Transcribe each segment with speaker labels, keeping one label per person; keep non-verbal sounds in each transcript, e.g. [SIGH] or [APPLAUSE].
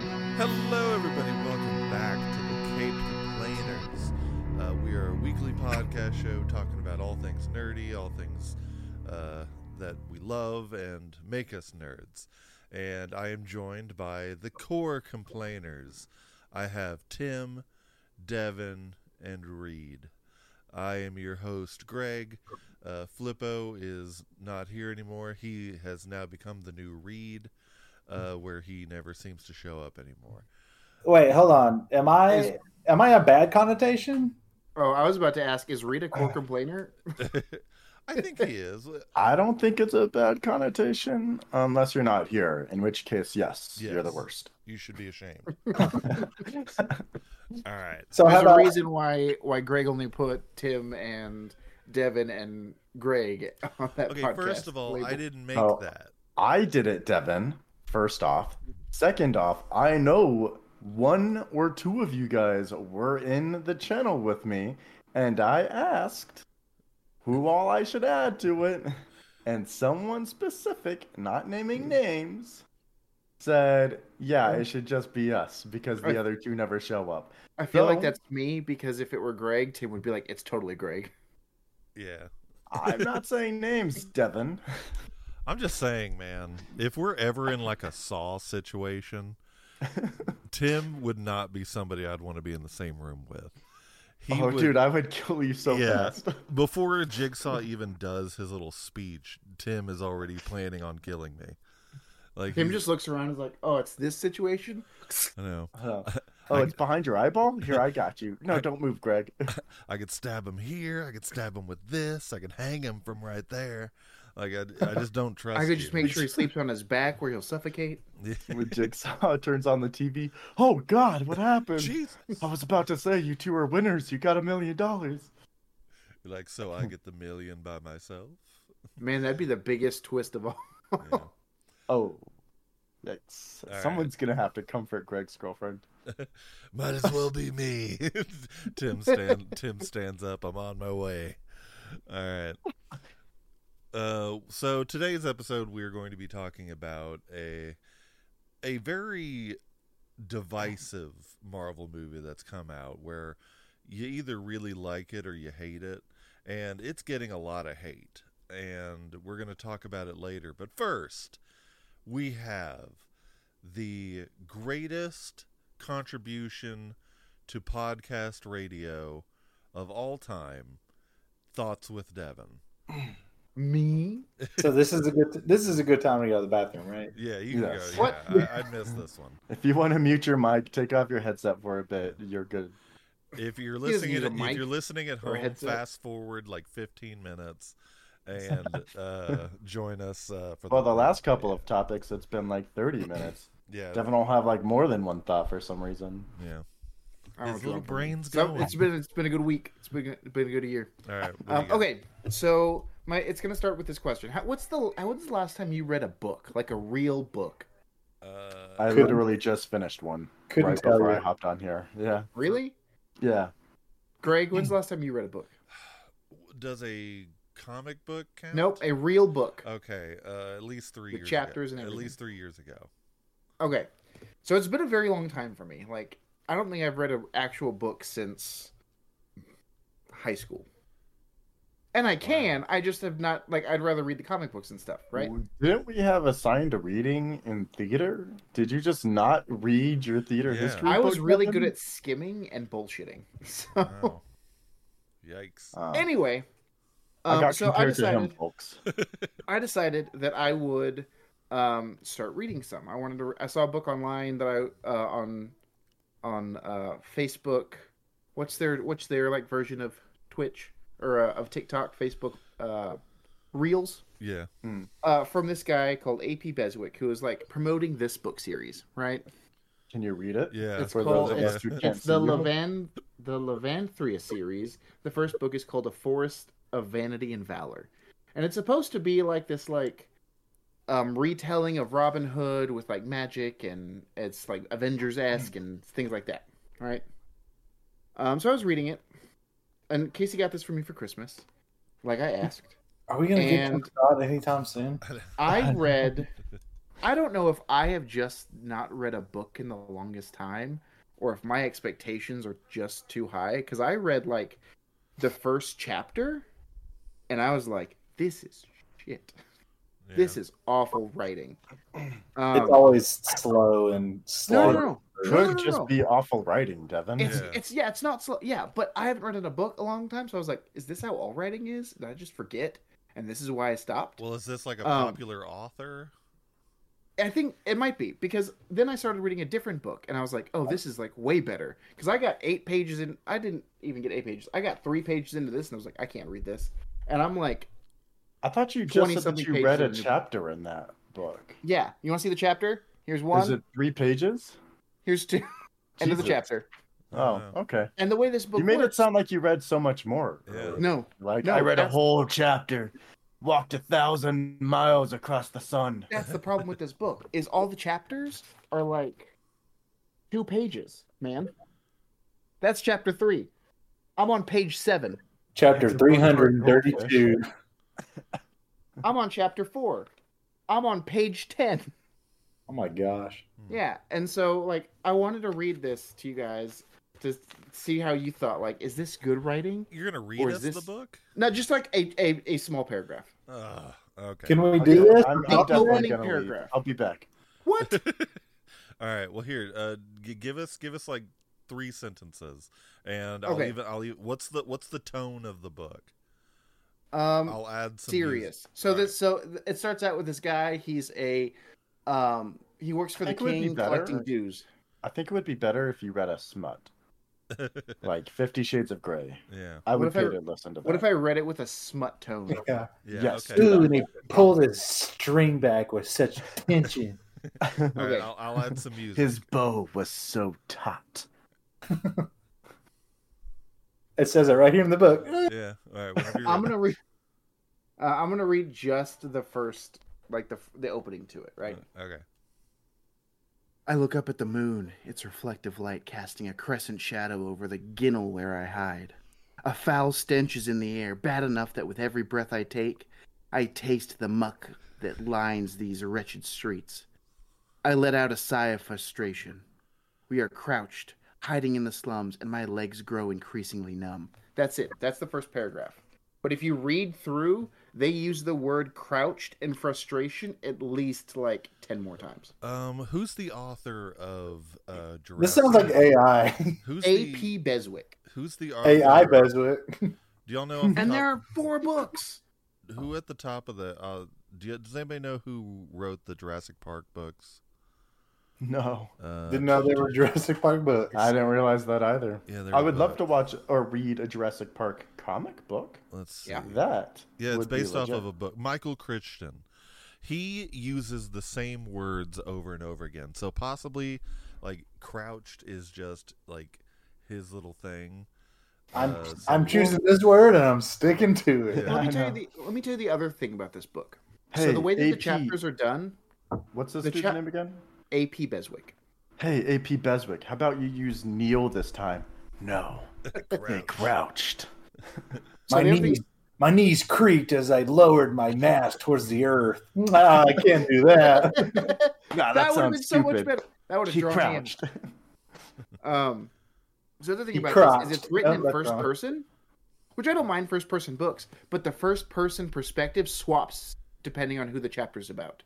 Speaker 1: Hello, everybody. Welcome back to the Caped Complainers. Uh, we are a weekly podcast show talking about all things nerdy, all things uh, that we love and make us nerds. And I am joined by the core complainers. I have Tim, Devin, and Reed. I am your host, Greg. Uh, Flippo is not here anymore. He has now become the new Reed, uh, where he never seems to show up anymore.
Speaker 2: Wait, hold on. Am I am I a bad connotation?
Speaker 3: Oh, I was about to ask, is [SIGHS] Reed a core complainer?
Speaker 1: [LAUGHS] I think he is.
Speaker 4: I don't think it's a bad connotation unless you're not here, in which case, yes, you're the
Speaker 1: Yes.
Speaker 4: worst.
Speaker 1: You should be
Speaker 4: [LAUGHS]
Speaker 1: ashamed. All right.
Speaker 2: So how
Speaker 3: There's a
Speaker 2: about
Speaker 3: reason why why Greg only put Tim and Devin and Greg [LAUGHS] on that
Speaker 1: Okay,
Speaker 3: podcast.
Speaker 1: first of all, I
Speaker 3: label.
Speaker 1: didn't make
Speaker 4: Oh.
Speaker 1: that.
Speaker 4: I did it, Devin, first off. Second off, I know one or two of you guys were in the channel with me, and I asked who all I should add to it, and someone specific, not naming names, said, yeah, it should just be us because the other two never show up.
Speaker 3: I feel like
Speaker 4: No.
Speaker 3: that's me because if it were Greg, Tim would be like, "It's totally Greg."
Speaker 1: Yeah.
Speaker 4: I'm not saying names, Devin.
Speaker 1: I'm just saying, man, if we're ever in like a saw
Speaker 4: [LAUGHS]
Speaker 1: situation, Tim would not be somebody I'd want to be in the same room with. He
Speaker 4: oh,
Speaker 1: would,
Speaker 4: dude, I would [LAUGHS] kill you so
Speaker 1: Yeah.
Speaker 2: [LAUGHS]
Speaker 4: fast. [LAUGHS]
Speaker 1: before Jigsaw even does his little speech, Tim is already planning on killing me. Like
Speaker 3: Tim
Speaker 1: he's-
Speaker 3: just looks around and is like, "Oh, it's this situation."
Speaker 1: I know.
Speaker 2: Uh-huh.
Speaker 4: Oh,
Speaker 1: I-
Speaker 4: oh it's behind your eyeball? Here, I got you. No, don't move, Greg. [LAUGHS]
Speaker 1: I could stab him here. I could stab him with this. I could hang him from right there. Like I, I just don't trust.
Speaker 3: [LAUGHS] I could
Speaker 1: you. [LAUGHS]
Speaker 3: just make sure he sleeps on his back where he'll suffocate.
Speaker 4: When Jigsaw turns on the TV, oh God,
Speaker 3: [LAUGHS]
Speaker 4: what happened?
Speaker 1: Jesus.
Speaker 4: I was about to say you two are winners. You got a million dollars.
Speaker 1: Like so, I get the million by myself.
Speaker 3: [LAUGHS] Man, that'd be the biggest twist of all. [LAUGHS]
Speaker 1: Yeah.
Speaker 4: Oh, that's
Speaker 1: All right.
Speaker 4: someone's gonna have to comfort Greg's girlfriend.
Speaker 1: Might as well be me. [LAUGHS] Tim stand Tim stands up. I'm on my way. All right. Uh, so today's episode, we are going to be talking about a a very divisive Marvel movie that's come out, where you either really like it or you hate it, and it's getting a lot of hate. And we're going to talk about it later. But first, we have the greatest contribution to podcast radio of all time thoughts with devin
Speaker 3: Me?
Speaker 2: so this is a good this is a good time to go to the bathroom, right?
Speaker 1: yeah you can
Speaker 4: Yes.
Speaker 1: go
Speaker 3: What?
Speaker 1: yeah I, I missed this one
Speaker 4: If you want to mute your mic, take off your headset for a bit. You're good.
Speaker 1: if you're
Speaker 3: doesn't
Speaker 1: listening
Speaker 3: need
Speaker 1: at,
Speaker 3: a
Speaker 1: if
Speaker 3: mic
Speaker 1: you're listening at
Speaker 3: or a
Speaker 1: home
Speaker 3: headset.
Speaker 1: fast forward like 15 minutes and
Speaker 3: [LAUGHS]
Speaker 1: uh join us uh for
Speaker 4: Well, the last couple of topics, it's been like 30 minutes.
Speaker 1: yeah
Speaker 4: Devin will have like more than one thought for some reason.
Speaker 1: yeah
Speaker 3: I don't know
Speaker 1: his
Speaker 3: if you
Speaker 1: little
Speaker 3: want-
Speaker 1: brain's
Speaker 3: So,
Speaker 1: going
Speaker 3: it's been it's been a good week. It's been it's been a good year.
Speaker 1: all right what do
Speaker 3: Um,
Speaker 1: you got?
Speaker 3: okay, so my it's gonna start with this question. How, what's the how, when's the last time you read a book, like a real book?
Speaker 1: uh,
Speaker 4: I
Speaker 2: Couldn't-
Speaker 4: literally just finished one
Speaker 2: Couldn't
Speaker 4: right
Speaker 2: tell
Speaker 4: before I
Speaker 2: you.
Speaker 4: hopped on here. Yeah,
Speaker 3: Really,
Speaker 4: yeah.
Speaker 3: Greg? When's the last time you read a book?
Speaker 1: does a comic book count
Speaker 3: Nope, a real book.
Speaker 1: okay uh at least three
Speaker 3: With
Speaker 1: years
Speaker 3: chapters
Speaker 1: ago.
Speaker 3: and
Speaker 1: at
Speaker 3: everything.
Speaker 1: least three years
Speaker 3: [LAUGHS]
Speaker 1: ago
Speaker 3: Okay, so it's been a very long time for me. Like I don't think I've read an actual book since high school. And I can, I just have not like I'd rather read the comic books and stuff, right?
Speaker 4: Didn't we have assigned a reading in theater? Did you just not read your theater
Speaker 1: Yeah.
Speaker 4: history?
Speaker 3: I was
Speaker 4: book,
Speaker 3: really
Speaker 4: Devin?
Speaker 3: good at skimming and bullshitting. [LAUGHS] So
Speaker 1: Wow. Yikes.
Speaker 4: Uh,
Speaker 3: anyway,
Speaker 4: I
Speaker 3: um,
Speaker 4: got
Speaker 3: so I
Speaker 4: compared
Speaker 3: decided
Speaker 4: to him, folks.
Speaker 3: I decided that I would um, start reading some. I wanted to. I saw a book online that I uh, on on uh, Facebook. What's their what's their like version of Twitch or uh, of TikTok, Facebook uh, Reels
Speaker 1: Yeah.
Speaker 3: uh, from this guy called AP Beswick, who is like promoting this book series, right?
Speaker 4: Can you read it?
Speaker 1: [LAUGHS] Yeah.
Speaker 3: It's
Speaker 4: For
Speaker 3: called-
Speaker 4: those of us who can't
Speaker 3: It's the
Speaker 4: see you.
Speaker 3: Levan the Levanthria series. The first book is called A Forest of Vanity and Valor. And it's supposed to be like this like um retelling of Robin Hood with like magic and it's like Avengers esque and things like that. Right? Um so I was reading it. And Casey got this for me for Christmas. Like I asked.
Speaker 2: Are we gonna get
Speaker 3: And-
Speaker 2: to shot anytime soon?
Speaker 3: I read I don't know if I have just not read a book in the longest time or if my expectations are just too high cuz I read like the first chapter and I was like this is shit.
Speaker 1: Yeah.
Speaker 3: [LAUGHS] This is awful
Speaker 2: [CLEARS THROAT]
Speaker 3: writing. Um,
Speaker 2: it's always slow and
Speaker 3: no,
Speaker 2: slow.
Speaker 3: no, no.
Speaker 4: Could
Speaker 3: No, no, no,
Speaker 4: just
Speaker 3: no.
Speaker 4: be awful writing, Devin.
Speaker 3: It's
Speaker 1: Yeah.
Speaker 3: it's yeah, it's not slow. Yeah, but I haven't read in a book a long time, so I was like, is this how all writing is? Did I just forget? And this is why I stopped.
Speaker 1: Well, is this like a
Speaker 3: Um,
Speaker 1: popular author?
Speaker 3: I think it might be because then I started reading a different book, and I was like, oh, this is like way better. Because I got eight pages in. I didn't even get eight pages. I got three pages into this, and I was like, I can't read this. And I'm like,
Speaker 4: I thought you just said that
Speaker 3: 20-something
Speaker 4: you
Speaker 3: pages
Speaker 4: read a
Speaker 3: in the-
Speaker 4: chapter in that book.
Speaker 3: yeah, you want to see the chapter? Here's
Speaker 4: Is
Speaker 3: one.
Speaker 4: it three pages?
Speaker 3: Here's two. [LAUGHS] End of the
Speaker 4: Jesus.
Speaker 3: chapter.
Speaker 4: Oh,
Speaker 1: Yeah.
Speaker 4: okay.
Speaker 3: And the way this book
Speaker 4: You made it
Speaker 3: works-
Speaker 4: sound like you read so much more.
Speaker 1: Yeah.
Speaker 4: earlier.
Speaker 3: no,
Speaker 4: Like
Speaker 3: No,
Speaker 4: I read a
Speaker 3: that's-
Speaker 4: whole chapter, walked a thousand miles across the sun.
Speaker 3: that's the problem with this book is all the chapters are like two pages, man. That's chapter three. I'm on page seven.
Speaker 2: Chapter
Speaker 4: It's a
Speaker 2: three hundred and thirty-two.
Speaker 3: I'm on chapter four. I'm on page ten.
Speaker 2: Oh my gosh!
Speaker 3: Yeah, and so like I wanted to read this to you guys to see how you thought. Like, is this good writing?
Speaker 1: You're gonna read
Speaker 3: Or is
Speaker 1: us the
Speaker 3: this-
Speaker 1: book?
Speaker 3: No, just like a a, a small paragraph.
Speaker 1: Ugh, okay.
Speaker 2: Can we
Speaker 4: Okay,
Speaker 2: do this?
Speaker 4: I'm,
Speaker 3: The
Speaker 4: I'm definitely
Speaker 3: opening
Speaker 4: gonna leave.
Speaker 3: paragraph.
Speaker 4: I'll be back.
Speaker 1: [LAUGHS]
Speaker 3: What? Um,
Speaker 1: All right. Well, here, uh, g- give us give us like three sentences, and I'll
Speaker 3: Okay.
Speaker 1: even I'll even, what's the what's the tone of the book?
Speaker 3: Um,
Speaker 1: I'll add some music.
Speaker 3: serious. So
Speaker 1: All
Speaker 3: this so it starts out with this guy. He's a um he works for the
Speaker 4: Think it would be
Speaker 3: king
Speaker 4: better.
Speaker 3: collecting dues.
Speaker 4: I think it would be better if you read a smut, like Fifty Shades of Grey.
Speaker 1: [LAUGHS] yeah,
Speaker 4: I
Speaker 3: What
Speaker 4: would
Speaker 3: if I-
Speaker 4: pay to listen to that.
Speaker 3: What if I read it with a smut tone?
Speaker 2: Yeah.
Speaker 1: yeah.
Speaker 4: Yes.
Speaker 1: Okay.
Speaker 2: Ooh, and he pulled his string back with such tension.
Speaker 4: [LAUGHS]
Speaker 1: All right,
Speaker 3: Okay.
Speaker 1: I'll, I'll add
Speaker 3: [LAUGHS]
Speaker 1: some music.
Speaker 4: His bow was so taut.
Speaker 2: It says it right here in the book.
Speaker 1: Yeah. All right. Whenever you're ready.
Speaker 3: I'm gonna read. Uh, I'm gonna read just the first, like the the opening to it, right?
Speaker 1: Okay.
Speaker 3: I look up at the moon, its reflective light casting a crescent shadow over the ginnel where I hide. A foul stench is in the air, bad enough that with every breath I take, I taste the muck that lines these wretched streets. I let out a sigh of frustration. We are crouched, hiding in the slums, and my legs grow increasingly numb. That's it. That's the first paragraph. But if you read through, they use the word crouched and frustration at least like 10 more times.
Speaker 1: Um, who's the author of uh? Jurassic?
Speaker 2: This sounds like
Speaker 1: [LAUGHS]
Speaker 2: AI.
Speaker 1: Who's the
Speaker 3: AP Beswick.
Speaker 1: Who's the author?
Speaker 2: AI Beswick.
Speaker 1: Do y'all know? off the
Speaker 3: [LAUGHS]
Speaker 1: top-
Speaker 3: And there are four books.
Speaker 1: who at the top of the uh do you, does anybody know who wrote the Jurassic Park books?
Speaker 4: No,
Speaker 1: Uh,
Speaker 2: Didn't know they were Jurassic Park books.
Speaker 4: I didn't realize that either.
Speaker 1: Yeah,
Speaker 4: I would love to watch or read a Jurassic Park comic book.
Speaker 1: Let's see.
Speaker 3: Yeah.
Speaker 1: Yeah,
Speaker 4: That
Speaker 1: it's
Speaker 4: would be
Speaker 1: based off
Speaker 4: legit.
Speaker 1: of a book. Michael Crichton. He uses the same words over and over again. So possibly like crouched is just like his little thing.
Speaker 2: I'm
Speaker 1: Uh, so-
Speaker 2: I'm choosing this word and I'm sticking to it.
Speaker 1: Yeah.
Speaker 3: Let me
Speaker 4: I
Speaker 3: tell you
Speaker 4: know.
Speaker 3: the let me tell you the other thing about this book.
Speaker 4: Hey,
Speaker 3: so the way that the
Speaker 4: AP
Speaker 3: chapters are done,
Speaker 4: What's this
Speaker 3: the
Speaker 4: dude's
Speaker 3: cha-
Speaker 4: name again?
Speaker 3: AP Beswick.
Speaker 4: Hey, AP Beswick, how about you use Neil this time?
Speaker 2: [LAUGHS]
Speaker 4: No, they crouched.
Speaker 3: So
Speaker 2: My
Speaker 3: the other
Speaker 2: knees, my knees creaked as I lowered my mask towards the earth. [LAUGHS] Ah, I can't do that.
Speaker 3: thing that,
Speaker 4: Nah, that,
Speaker 3: would have been
Speaker 4: sounds
Speaker 3: so much
Speaker 4: stupid.
Speaker 3: better. That would have
Speaker 4: He
Speaker 3: drawn
Speaker 4: crouched.
Speaker 3: me in. Um so the other thing
Speaker 2: He
Speaker 3: about
Speaker 2: crouched.
Speaker 3: this is it's written
Speaker 2: Oh,
Speaker 3: in
Speaker 2: that's
Speaker 3: first
Speaker 2: wrong.
Speaker 3: person, which I don't mind first person books, but the first person perspective swaps depending on who the chapter's about.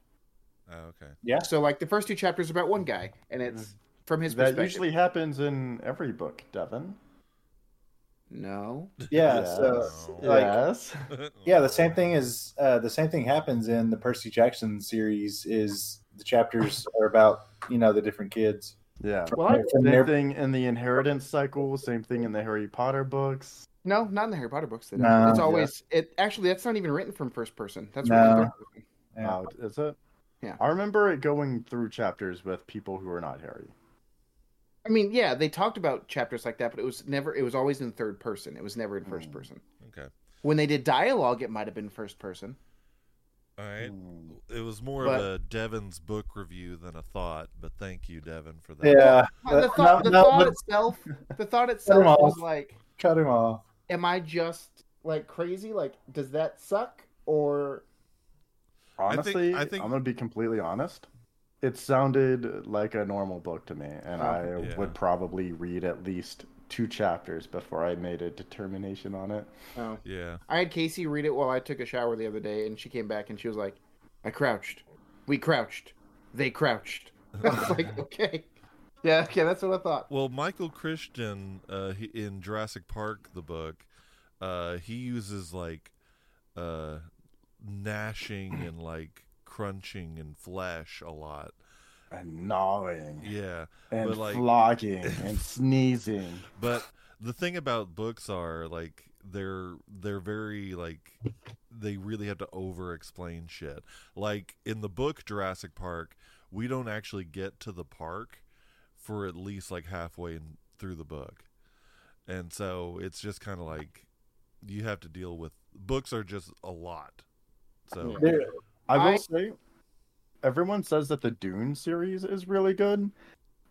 Speaker 1: Oh, okay.
Speaker 3: So like the first two chapters are about one guy and it's from his
Speaker 4: Mm. That
Speaker 3: perspective.
Speaker 4: usually happens in every book, Devin.
Speaker 3: No.
Speaker 4: [LAUGHS]
Speaker 2: Yeah. So
Speaker 1: Yes.
Speaker 2: like
Speaker 4: yes.
Speaker 1: [LAUGHS]
Speaker 2: yeah, the same thing is uh, the same thing happens in the Percy Jackson series. Is the chapters are about you know the different kids.
Speaker 4: Yeah.
Speaker 3: Well, I-
Speaker 2: From
Speaker 4: Same
Speaker 2: their-
Speaker 4: thing in the Inheritance cycle. Same thing in the Harry Potter books.
Speaker 3: No, not in the Harry Potter books. They don't.
Speaker 2: No.
Speaker 3: it's always it. Actually, that's not even written from first person. That's
Speaker 2: No.
Speaker 3: written third person.
Speaker 2: Yeah.
Speaker 4: Oh, is it?
Speaker 3: Yeah.
Speaker 4: I remember it going through chapters with people who are not Harry.
Speaker 3: I mean, yeah, they talked about chapters like that, but it was never. It was always in third person. It was never in first
Speaker 4: Hmm.
Speaker 3: person.
Speaker 1: Okay.
Speaker 3: When they did dialogue, it might have been first person.
Speaker 1: All right.
Speaker 4: Hmm.
Speaker 1: It was more
Speaker 3: But-
Speaker 1: of a Devin's book review than a thought, but thank you, Devin, for that.
Speaker 2: Yeah.
Speaker 3: The thought, the
Speaker 2: no,
Speaker 3: thought
Speaker 2: let's
Speaker 3: itself. The
Speaker 2: [LAUGHS]
Speaker 3: thought
Speaker 2: Cut 'em
Speaker 3: itself
Speaker 2: off.
Speaker 3: was like,
Speaker 2: cut him off.
Speaker 3: "Am I just like crazy? Like, does that suck?" Or
Speaker 1: I think-
Speaker 4: Honestly, I
Speaker 1: I
Speaker 4: think,
Speaker 1: think-
Speaker 4: I'm gonna be completely honest. it sounded like a normal book to me, and I
Speaker 1: Oh, Yeah.
Speaker 4: would probably read at least two chapters before I made a determination on it.
Speaker 3: Oh.
Speaker 1: Yeah.
Speaker 3: I had Casey read it while I took a shower the other day, and she came back and she was like, "I crouched, we crouched, they crouched." [LAUGHS] I was
Speaker 4: [LAUGHS]
Speaker 3: like, "Okay, yeah, okay, that's what I thought."
Speaker 1: Well, Michael Christian uh, he, in Jurassic Park, the book, uh, he uses like uh, gnashing and like crunching and flesh a lot.
Speaker 4: And gnawing,
Speaker 1: Yeah,
Speaker 4: and
Speaker 1: but, like- [LAUGHS]
Speaker 4: flogging, and sneezing.
Speaker 1: but the thing about books are like they're they're very like they really have to over explain shit. Like in the book Jurassic Park, we don't actually get to the park for at least like halfway in, through the book. And so it's just kind of like you have to deal with books are just a lot. So
Speaker 3: Yeah.
Speaker 4: There- I will
Speaker 3: I-
Speaker 4: say, everyone says that the Dune series is really good.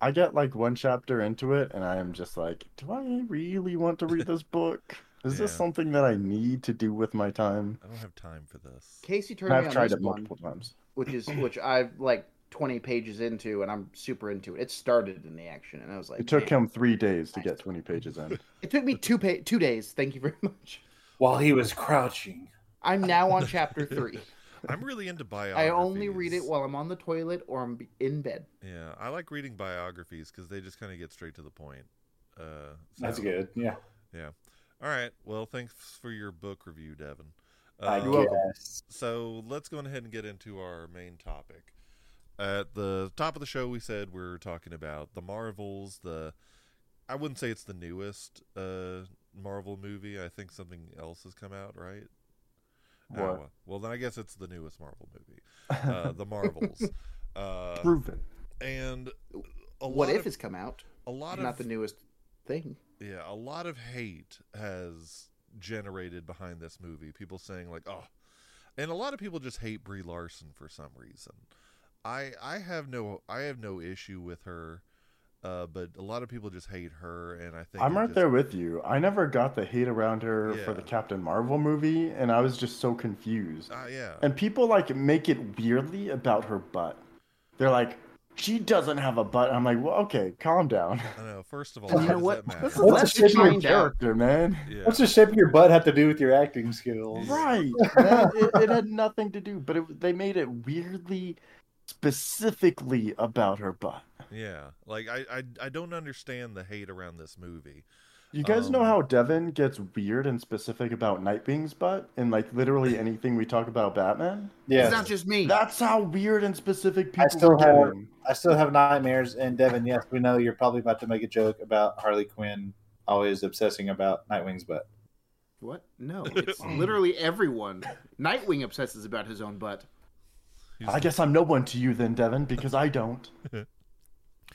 Speaker 4: I get like one chapter into it, and I am just like, do I really want to read this book? Is this
Speaker 1: Yeah.
Speaker 4: something that I need to do with my time?
Speaker 1: I don't have time for this.
Speaker 3: Casey
Speaker 4: And
Speaker 3: turned me
Speaker 4: I've
Speaker 3: on
Speaker 4: tried
Speaker 3: this
Speaker 4: it
Speaker 3: one,
Speaker 4: multiple times.
Speaker 3: which is which I've like twenty pages into, and I'm super into it. It started in the action, and I was like,
Speaker 4: It took
Speaker 3: "Man."
Speaker 4: him three days to get 20 pages in.
Speaker 3: It took me two pa- two days. Thank you very [LAUGHS] much.
Speaker 2: While he was crouching.
Speaker 3: I'm now
Speaker 1: [LAUGHS]
Speaker 3: on chapter three.
Speaker 1: I'm really into biography.
Speaker 3: I only read it while I'm on the toilet or I'm in bed.
Speaker 1: Yeah, I like reading biographies because they just kind of get straight to the point. Uh,
Speaker 2: That's
Speaker 1: so-
Speaker 2: good. Yeah.
Speaker 1: All right. Well, thanks for your book review, Devin.
Speaker 3: Uh,
Speaker 2: I
Speaker 1: Um,
Speaker 2: guess.
Speaker 1: so let's go ahead and get into our main topic. At the top of the show, we said we are talking about the Marvels. The I wouldn't say it's the newest uh, Marvel movie. I think something else has come out, right? [LAUGHS] Oh,
Speaker 4: What?
Speaker 1: well- well, then I guess it's the newest Marvel movie,
Speaker 4: [LAUGHS]
Speaker 1: uh, the Marvels.
Speaker 3: [LAUGHS]
Speaker 1: uh,
Speaker 4: Prove it.
Speaker 1: and a lot
Speaker 3: what if
Speaker 1: of,
Speaker 3: has come out?
Speaker 1: a lot
Speaker 3: Not
Speaker 1: of
Speaker 3: the newest thing.
Speaker 1: yeah, a lot of hate has generated behind this movie. People saying like, "Oh," and a lot of people just hate Brie Larson for some reason. I I have no I have no issue with her, uh, but a lot of people just hate her, and I think
Speaker 4: I'm
Speaker 1: it
Speaker 4: right
Speaker 1: just-
Speaker 4: there with you. I never got the hate around her for the
Speaker 1: Yeah.
Speaker 4: Captain Marvel movie, and I was just so confused.
Speaker 1: Ah, yeah,
Speaker 4: And people like make it weirdly about her butt. They're like, she doesn't have a butt. I'm like, well, okay, calm down.
Speaker 1: I know. First of all,
Speaker 3: You
Speaker 1: why
Speaker 3: know
Speaker 1: does
Speaker 3: what?
Speaker 1: that matter?
Speaker 2: What?
Speaker 4: What's
Speaker 2: Let's
Speaker 4: the shape of your
Speaker 3: find out.
Speaker 4: character, man?
Speaker 1: Yeah,
Speaker 2: What's the shape of your butt have to do with your acting skills?
Speaker 1: Yeah.
Speaker 4: [LAUGHS]
Speaker 1: [LAUGHS]
Speaker 4: Right. man, it, it had nothing to do, but it, they made it weirdly, specifically about her butt.
Speaker 1: yeah. Like I, I I don't understand the hate around this movie.
Speaker 4: You guys know
Speaker 1: Um,
Speaker 4: how Devin gets weird and specific about Nightwing's butt in like literally anything we talk about Batman?
Speaker 3: It's
Speaker 2: Yeah.
Speaker 3: not just me.
Speaker 4: That's how weird and specific people
Speaker 2: still
Speaker 4: are
Speaker 2: have-
Speaker 4: getting.
Speaker 2: I still have nightmares. And Devin, yes, we know you're probably about to make a joke about Harley Quinn always obsessing about Nightwing's butt.
Speaker 3: What? No. It's literally everyone. Nightwing obsesses about his own butt.
Speaker 1: He's-
Speaker 4: I guess I'm no one to you then, Devin, because I don't.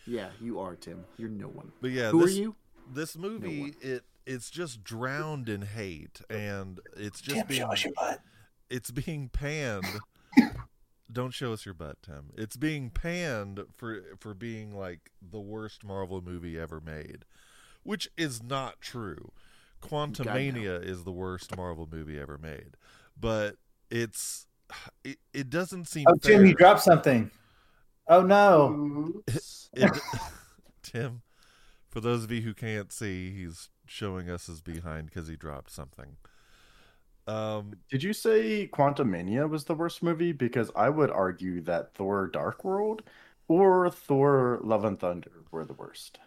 Speaker 3: Yeah, you are, Tim. You're no one.
Speaker 1: But yeah,
Speaker 3: Who
Speaker 1: this,
Speaker 3: are you?
Speaker 1: This movie,
Speaker 3: one.
Speaker 1: it it's just drowned in hate, and it's just
Speaker 2: Tim,
Speaker 1: being
Speaker 2: show us your butt.
Speaker 1: it's being panned. Don't show us your butt, Tim. It's being panned for for being like the worst Marvel movie ever made, which is not true. Quantumania is the worst Marvel movie ever made, but it's it, it doesn't seem
Speaker 2: Oh,
Speaker 1: fair.
Speaker 2: Tim, you dropped something. Oh, no.
Speaker 1: It- [LAUGHS] Tim, for those of you who can't see, he's showing us his behind because he dropped something. Um,
Speaker 4: Did you say Quantumania was the worst movie? Because I would argue that Thor Dark World or Thor Love and Thunder were the worst.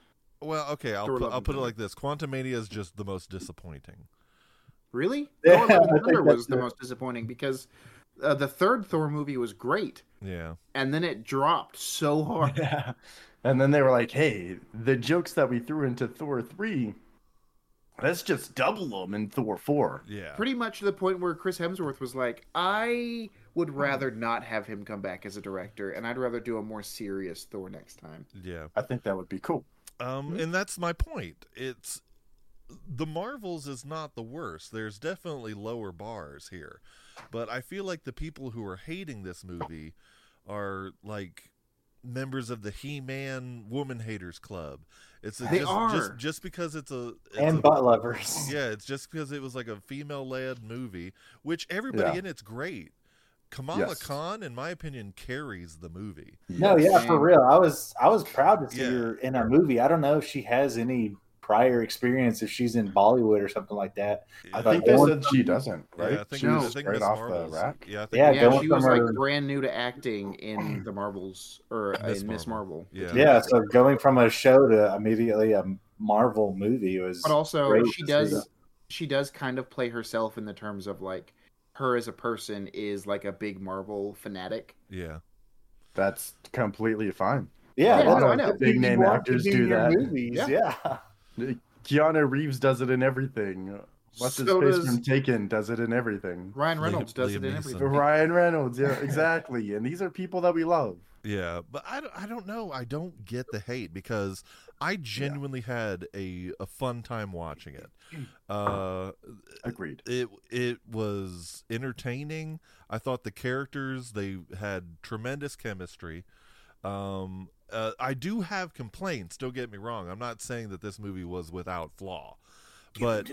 Speaker 1: well, okay, I'll
Speaker 3: Thor
Speaker 1: put,
Speaker 3: Love
Speaker 1: I'll
Speaker 3: and
Speaker 1: put it
Speaker 3: Thunder.
Speaker 1: like this: Quantumania is just the most disappointing.
Speaker 3: Really?
Speaker 2: Yeah,
Speaker 3: Thor Love and
Speaker 2: I think
Speaker 3: Thunder
Speaker 2: that's
Speaker 3: was the
Speaker 2: it.
Speaker 3: most disappointing because uh, the third Thor movie was great,
Speaker 1: Yeah,
Speaker 3: and then it dropped so hard.
Speaker 4: Yeah. [LAUGHS] And then they were like, hey, the jokes that we threw into Thor 3, let's just double them in Thor 4.
Speaker 1: yeah,
Speaker 3: Pretty much to the point where Chris Hemsworth was like, I would rather not have him come back as a director, and I'd rather do a more serious Thor next time.
Speaker 1: yeah.
Speaker 4: I think that would be cool.
Speaker 1: Um, and that's my point. It's the Marvels is not the worst. There's definitely lower bars here, but I feel like the people who are hating this movie are like members of the He-Man Woman Haters Club. It's a,
Speaker 3: They
Speaker 1: just,
Speaker 3: are.
Speaker 1: just just because it's a it's
Speaker 2: And
Speaker 1: a-
Speaker 2: butt lovers.
Speaker 1: yeah, it's just because it was like a female-led movie, which everybody
Speaker 4: Yeah.
Speaker 1: in it's great, Kamala
Speaker 4: Yes.
Speaker 1: Khan, in my opinion, carries the movie.
Speaker 2: [LAUGHS]
Speaker 3: Oh,
Speaker 2: No, yeah, for
Speaker 3: Same.
Speaker 2: real. I was I was proud to see
Speaker 1: Yeah.
Speaker 2: her in a movie. I don't know if she has any prior experience if she's in Bollywood or something like that.
Speaker 4: I
Speaker 2: thought
Speaker 4: think
Speaker 2: that
Speaker 4: they
Speaker 2: was-
Speaker 4: said she doesn't, right?
Speaker 1: Yeah, I think,
Speaker 4: she
Speaker 1: I
Speaker 4: was
Speaker 3: No.
Speaker 1: think
Speaker 4: straight
Speaker 1: Ms.
Speaker 4: off
Speaker 1: Marvel's.
Speaker 4: the rack.
Speaker 1: Yeah, I think
Speaker 2: Yeah,
Speaker 3: yeah,
Speaker 2: going
Speaker 3: she
Speaker 2: from
Speaker 3: was like
Speaker 2: her-
Speaker 3: brand new to acting in the Marvels or uh,
Speaker 1: Miss
Speaker 3: in Miss Marvel.
Speaker 1: Yeah.
Speaker 2: Yeah, so going from a show to immediately a Marvel movie was
Speaker 3: But also
Speaker 2: Great
Speaker 3: she
Speaker 2: to see
Speaker 3: does
Speaker 2: that.
Speaker 3: she does kind of play herself in the terms of like her as a person is like a big Marvel fanatic.
Speaker 1: yeah.
Speaker 4: That's completely fine.
Speaker 2: yeah,
Speaker 3: Yeah,
Speaker 2: that's-
Speaker 3: no, I know.
Speaker 4: Big name
Speaker 2: You want to
Speaker 4: actors
Speaker 2: be
Speaker 4: do
Speaker 2: in
Speaker 4: that.
Speaker 2: Movies,
Speaker 3: Yeah.
Speaker 2: yeah.
Speaker 4: Keanu Reeves does it in everything. What's his
Speaker 3: So
Speaker 4: face
Speaker 3: does-
Speaker 4: from Taken does it in everything.
Speaker 3: Ryan Reynolds does
Speaker 1: Liam
Speaker 3: it in
Speaker 1: Neeson.
Speaker 3: everything.
Speaker 4: Ryan Reynolds, yeah, exactly. and these are people that we love.
Speaker 1: Yeah, but I, don't- I don't know. I don't get the hate because I genuinely had a, a fun time watching
Speaker 4: [CLEARS THROAT]
Speaker 1: it. Uh,
Speaker 4: Agreed.
Speaker 1: it it was entertaining. I thought the characters they had tremendous chemistry. Um, uh, I do have complaints. Don't get me wrong. I'm not saying that this movie was without flaw, but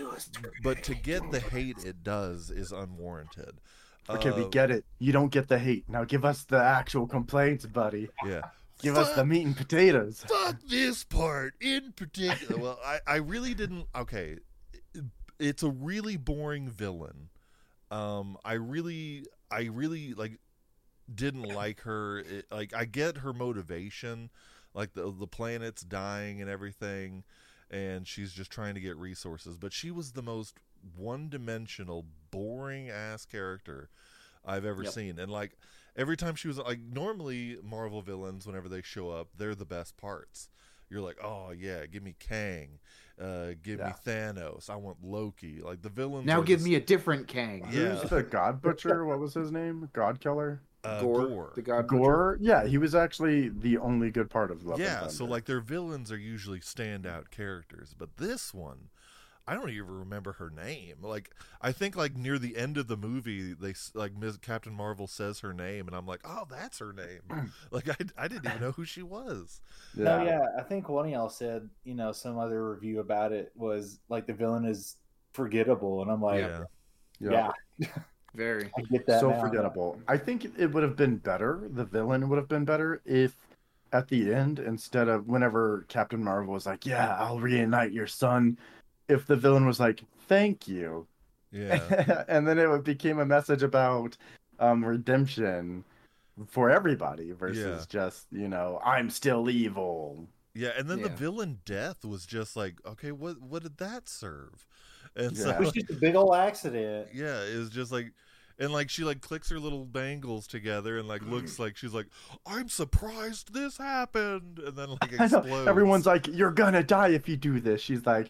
Speaker 1: but to get the hate it does is unwarranted.
Speaker 4: Okay, we
Speaker 1: Uh,
Speaker 4: get it. You don't get the hate. Now give us the actual complaints, buddy.
Speaker 1: yeah.
Speaker 4: Give us the meat and potatoes.
Speaker 1: [LAUGHS] fuck this part in particular. Well, I, I really didn't. Okay, it- it's a really boring villain. Um, I really, I really like didn't like her. It, like, I get her motivation, like the the planet's dying and everything, and she's just trying to get resources. But she was the most one dimensional, boring ass character I've ever
Speaker 3: Yep.
Speaker 1: seen. And like every time she was like normally Marvel villains, whenever they show up, they're the best parts. You're like, oh yeah, give me Kang, uh, give me
Speaker 4: Yeah.
Speaker 1: Thanos. I want Loki. Like the villains.
Speaker 3: Now
Speaker 1: are
Speaker 3: give
Speaker 1: just,
Speaker 3: me a different Kang.
Speaker 1: Yeah.
Speaker 4: Who's the God Butcher? What was his name? God Killer?
Speaker 1: uh,
Speaker 3: Gore,
Speaker 1: Gore.
Speaker 3: the god
Speaker 4: Gore? Yeah, he was actually the only good part of Love and
Speaker 1: yeah, so
Speaker 4: Thunder.
Speaker 1: like their villains are usually standout characters, but this one, I don't even remember her name. Like I think like near the end of the movie, they s- like Ms. Captain Marvel says her name, and I'm like, oh, that's her
Speaker 4: [CLEARS THROAT]
Speaker 1: name. like I, I didn't even know who she was.
Speaker 2: No, Oh, yeah, I think one of y'all said, you know, some other review about it was like the villain is forgettable, and I'm like, yeah,
Speaker 1: yeah,
Speaker 3: Very
Speaker 2: I get that.
Speaker 4: so
Speaker 2: now.
Speaker 4: forgettable. I think it would have been better. The villain would have been better if, at the end, instead of whenever Captain Marvel was like, "Yeah, I'll reunite your son," if the villain was like, "Thank you,"
Speaker 1: yeah.
Speaker 4: [LAUGHS] and then it became a message about um, redemption for everybody versus
Speaker 1: Yeah.
Speaker 4: just you know, I'm still evil.
Speaker 1: Yeah, and then the
Speaker 3: Yeah.
Speaker 1: villain death was just like, okay, what what did that serve? And
Speaker 2: It
Speaker 1: so
Speaker 2: was just a big old accident.
Speaker 1: yeah, it was just like and like she like clicks her little bangles together and like looks like she's like, I'm surprised this happened and then like
Speaker 4: [LAUGHS] I know.
Speaker 1: explodes.
Speaker 4: Everyone's like, "You're gonna die if you do this." She's like,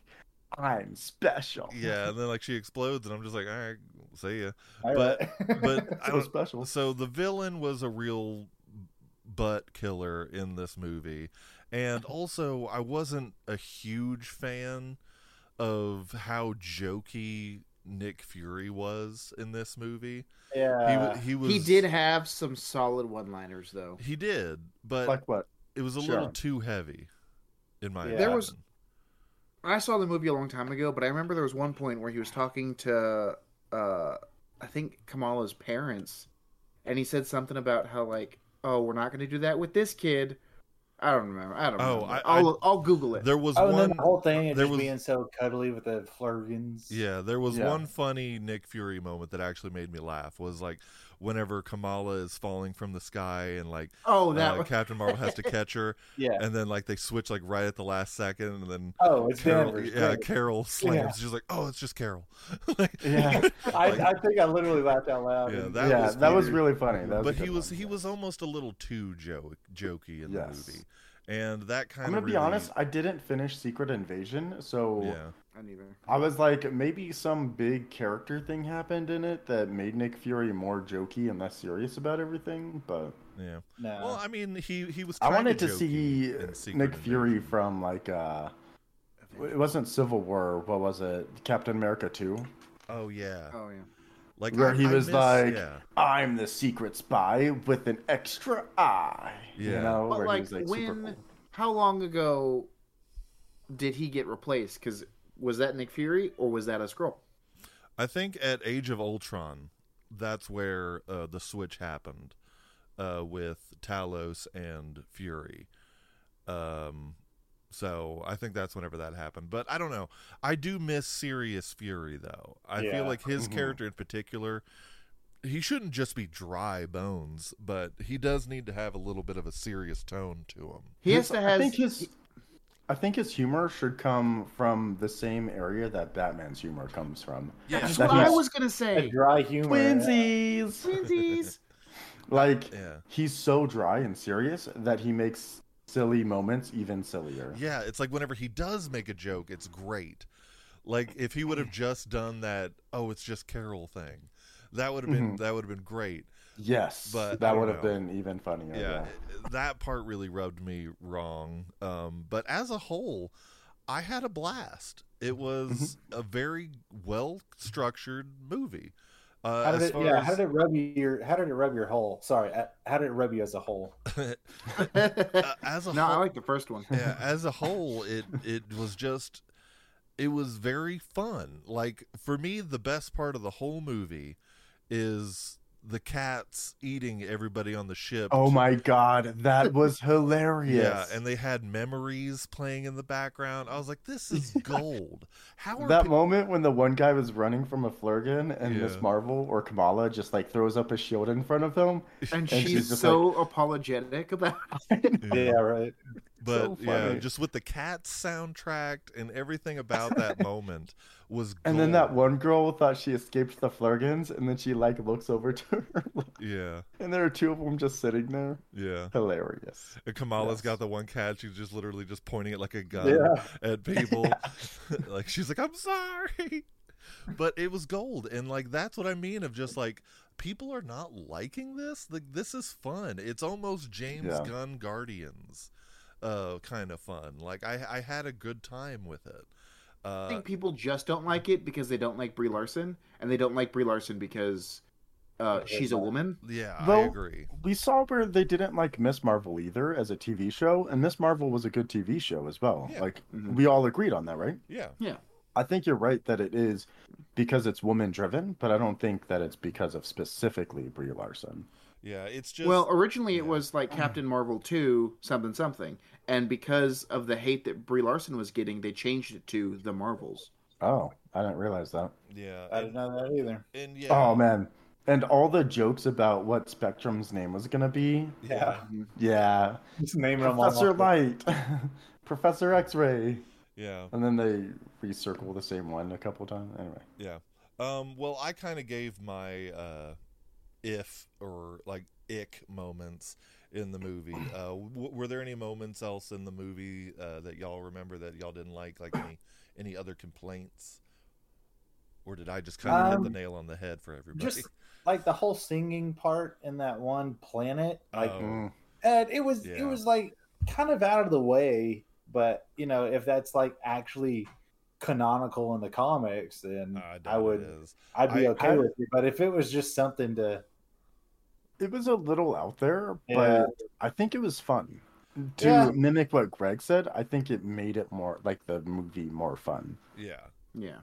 Speaker 4: "I'm special."
Speaker 1: Yeah, and then like she explodes and I'm just like, All right, see ya.
Speaker 2: All
Speaker 1: But-
Speaker 2: [LAUGHS] right.
Speaker 1: But I
Speaker 4: [LAUGHS] so
Speaker 1: don't
Speaker 4: special.
Speaker 1: So the villain was a real butt killer in this movie. And also, I wasn't a huge fan of how jokey Nick Fury was in this movie. He
Speaker 4: Uh,
Speaker 2: yeah,
Speaker 1: wa- he was
Speaker 3: he did have some solid one-liners though.
Speaker 1: he did, but
Speaker 4: Like what?
Speaker 1: it was a
Speaker 4: sure.
Speaker 1: little too heavy in my
Speaker 2: Yeah.
Speaker 1: opinion.
Speaker 2: There
Speaker 3: was- I saw the movie a long time ago, but I remember there was one point where he was talking to, uh, I think Kamala's parents, and he said something about how like, oh, we're not going to do that with this kid. I don't remember. I don't.
Speaker 1: Oh,
Speaker 3: remember.
Speaker 1: I- I-
Speaker 3: I'll I'll Google it.
Speaker 1: there was
Speaker 2: oh,
Speaker 1: one.
Speaker 2: and then the whole thing of
Speaker 1: there
Speaker 2: just
Speaker 1: was-
Speaker 2: being so cuddly with the flurgans.
Speaker 1: Yeah, there was
Speaker 4: Yeah.
Speaker 1: one funny Nick Fury moment that actually made me laugh. Was like whenever Kamala is falling from the sky and like
Speaker 3: oh, that.
Speaker 1: uh, Captain Marvel
Speaker 4: [LAUGHS]
Speaker 1: has to catch her,
Speaker 2: yeah.
Speaker 1: and then like they switch like right at the last second, and then
Speaker 2: Oh, it's
Speaker 1: Carol,
Speaker 2: Denver.
Speaker 1: yeah, Carol slams. She's like, "Oh, it's just Carol." [LAUGHS] like, [LAUGHS]
Speaker 4: Yeah.
Speaker 1: [LAUGHS]
Speaker 2: I,
Speaker 1: like-
Speaker 2: I think I literally laughed out loud.
Speaker 1: Yeah,
Speaker 2: and-
Speaker 1: that
Speaker 4: yeah,
Speaker 1: was
Speaker 4: that was
Speaker 1: weird.
Speaker 4: really funny.
Speaker 1: [LAUGHS]
Speaker 4: That was a
Speaker 1: but
Speaker 4: good
Speaker 1: he was
Speaker 4: one.
Speaker 1: he was almost a little too joke jokey in
Speaker 4: Yes.
Speaker 1: the movie, and that kind
Speaker 4: I'm
Speaker 1: of
Speaker 4: gonna be honest. I didn't finish Secret Invasion, so
Speaker 1: yeah,
Speaker 3: I didn't even-
Speaker 4: I was like, maybe some big character thing happened in it that made Nick Fury more jokey and less serious about everything. But
Speaker 1: yeah.
Speaker 2: no.
Speaker 1: Well, I mean, he he was.
Speaker 4: I
Speaker 1: kinda
Speaker 4: wanted to
Speaker 1: jokey
Speaker 4: see
Speaker 1: in Secret
Speaker 4: Nick Fury
Speaker 1: Invasion.
Speaker 4: from like uh, it wasn't Civil War. What was it? Captain America Two.
Speaker 1: Oh yeah,
Speaker 3: Oh yeah.
Speaker 1: like
Speaker 4: Where
Speaker 1: I-
Speaker 4: he
Speaker 1: I
Speaker 4: was
Speaker 1: miss-
Speaker 4: like-
Speaker 1: yeah,
Speaker 4: I'm the secret spy with an extra eye.
Speaker 1: Yeah.
Speaker 4: You know,
Speaker 3: But
Speaker 4: where he
Speaker 3: like,
Speaker 4: was, like super
Speaker 3: when?
Speaker 4: cool.
Speaker 3: How long ago did he get replaced? Because was that Nick Fury or was that a scroll?
Speaker 1: I think at Age of Ultron that's where uh, the switch happened uh, with Talos and Fury. Um, so I think that's whenever that happened. But I don't know. I do miss Sirius Fury though. I
Speaker 2: Yeah.
Speaker 1: feel like his
Speaker 4: Mhm.
Speaker 1: character in particular, he shouldn't just be dry bones, but he does need to have a little bit of a serious tone to him.
Speaker 3: He has to have.
Speaker 4: I think his. I think his humor should come from the same area that Batman's humor comes from.
Speaker 1: Yeah,
Speaker 3: that's
Speaker 4: that
Speaker 3: what I
Speaker 4: he's-
Speaker 3: was gonna
Speaker 2: A
Speaker 3: say.
Speaker 2: dry humor.
Speaker 4: Twinsies.
Speaker 3: Twinsies.
Speaker 4: Like
Speaker 1: Yeah.
Speaker 4: he's so dry and serious that he makes silly moments even sillier.
Speaker 1: Yeah, it's like whenever he does make a joke, it's great. Like if he would have just done that, oh, it's just Carol thing. That would have been
Speaker 2: Mm-hmm.
Speaker 1: that would have been great.
Speaker 4: Yes,
Speaker 1: But I
Speaker 4: that
Speaker 1: don't
Speaker 4: would have
Speaker 1: know.
Speaker 4: been even funnier.
Speaker 1: yeah, that part really rubbed me wrong. Um, but as a whole, I had a blast. It was
Speaker 2: Mm-hmm.
Speaker 1: a very well structured movie. Uh,
Speaker 2: How did
Speaker 1: as
Speaker 2: it,
Speaker 1: far
Speaker 2: yeah,
Speaker 1: as-
Speaker 2: how did it rub you your? How did it rub your whole? Sorry, uh, how did it rub you as a whole?
Speaker 1: [LAUGHS] [LAUGHS] uh, as a
Speaker 3: [LAUGHS] no, I
Speaker 1: whole,
Speaker 3: like the first one.
Speaker 4: [LAUGHS]
Speaker 1: yeah, as a whole, it it was just it was very fun. Like for me, the best part of the whole movie is the cats eating everybody on the ship.
Speaker 4: Oh my god, that was hilarious.
Speaker 1: Yeah, and they had memories playing in the background. I was like, this
Speaker 4: [LAUGHS]
Speaker 1: is gold. How are [LAUGHS]
Speaker 4: that
Speaker 1: pe-
Speaker 4: moment when the one guy was running from a flurgan and Miss
Speaker 1: Yeah.
Speaker 4: Marvel or Kamala just like throws up a shield in front of them.
Speaker 3: And
Speaker 4: she's
Speaker 3: she's
Speaker 4: just
Speaker 3: so apologetic about.
Speaker 2: Yeah, right.
Speaker 1: [LAUGHS] but
Speaker 4: so
Speaker 1: yeah,
Speaker 4: funny.
Speaker 1: just with the cats soundtrack and everything about that moment was gold.
Speaker 4: And then that one girl thought she escaped the flurgans, and then she like looks over to [LAUGHS] her,
Speaker 1: Yeah,
Speaker 4: and there are two of them just sitting there.
Speaker 1: yeah.
Speaker 4: Hilarious.
Speaker 1: And Kamala's
Speaker 4: Yes.
Speaker 1: got the one cat. She's just literally just pointing it like a gun
Speaker 2: Yeah.
Speaker 1: at people. [LAUGHS] like she's like, "I'm sorry," but it was gold. And like that's what I mean of just like people are not liking this. Like this is fun. It's almost James
Speaker 4: Yeah.
Speaker 1: Gunn Guardians, uh, kind of fun. Like I I had a good time with it.
Speaker 3: I
Speaker 1: Uh,
Speaker 3: think people just don't like it because they don't like Brie Larson, and they don't like Brie Larson because uh, she's a woman.
Speaker 1: yeah, I
Speaker 4: Though-
Speaker 1: agree.
Speaker 4: We saw where they didn't like Miss Marvel either as a TV show, and Miss Marvel was a good TV show as well.
Speaker 1: Yeah.
Speaker 4: Like
Speaker 3: Mhm.
Speaker 4: we all agreed on that, right?
Speaker 1: Yeah,
Speaker 4: I think you're right that it is because it's woman driven, but I don't think that it's because of specifically Brie Larson.
Speaker 1: yeah. It's just
Speaker 3: well, originally it
Speaker 1: yeah.
Speaker 3: was like Captain Marvel 2 something something, and because of the hate that Brie Larson was getting, they changed it to The Marvels.
Speaker 4: Oh, I didn't realize that.
Speaker 1: yeah,
Speaker 2: I
Speaker 1: and,
Speaker 2: didn't know that either.
Speaker 1: and yeah,
Speaker 4: Oh man. And all the jokes about what Spectrum's name was gonna be.
Speaker 1: yeah,
Speaker 4: Yeah.
Speaker 2: Just name them all.
Speaker 4: Professor Light. [LAUGHS] Professor X-ray.
Speaker 1: yeah.
Speaker 4: And then they recircle the same one a couple times. Anyway.
Speaker 1: Yeah. Um, well, I kind of gave my uh, if or like ick moments in the movie. Uh, w- were there any moments else in the movie uh, that y'all remember that y'all didn't like? Like any any other complaints? Or did I just kind of
Speaker 2: Um,
Speaker 1: hit the nail on the head for everybody?
Speaker 2: Just like the whole singing part in that one planet, like
Speaker 1: Oh.
Speaker 4: Mm.
Speaker 2: and it was
Speaker 1: Yeah.
Speaker 2: it was like kind of out of the way. But you know, if that's like actually canonical in the comics, then
Speaker 1: [LAUGHS] I, doubt
Speaker 2: I
Speaker 1: it
Speaker 2: would
Speaker 1: is.
Speaker 2: I'd be
Speaker 1: I-
Speaker 2: okay
Speaker 4: I-
Speaker 2: with it. But if it was just something to
Speaker 4: It was a little out there,
Speaker 2: Yeah.
Speaker 4: but I think it was fun. To
Speaker 2: Yeah.
Speaker 4: mimic what Greg said, I think it made it more like the movie more fun.
Speaker 1: Yeah.
Speaker 3: Yeah.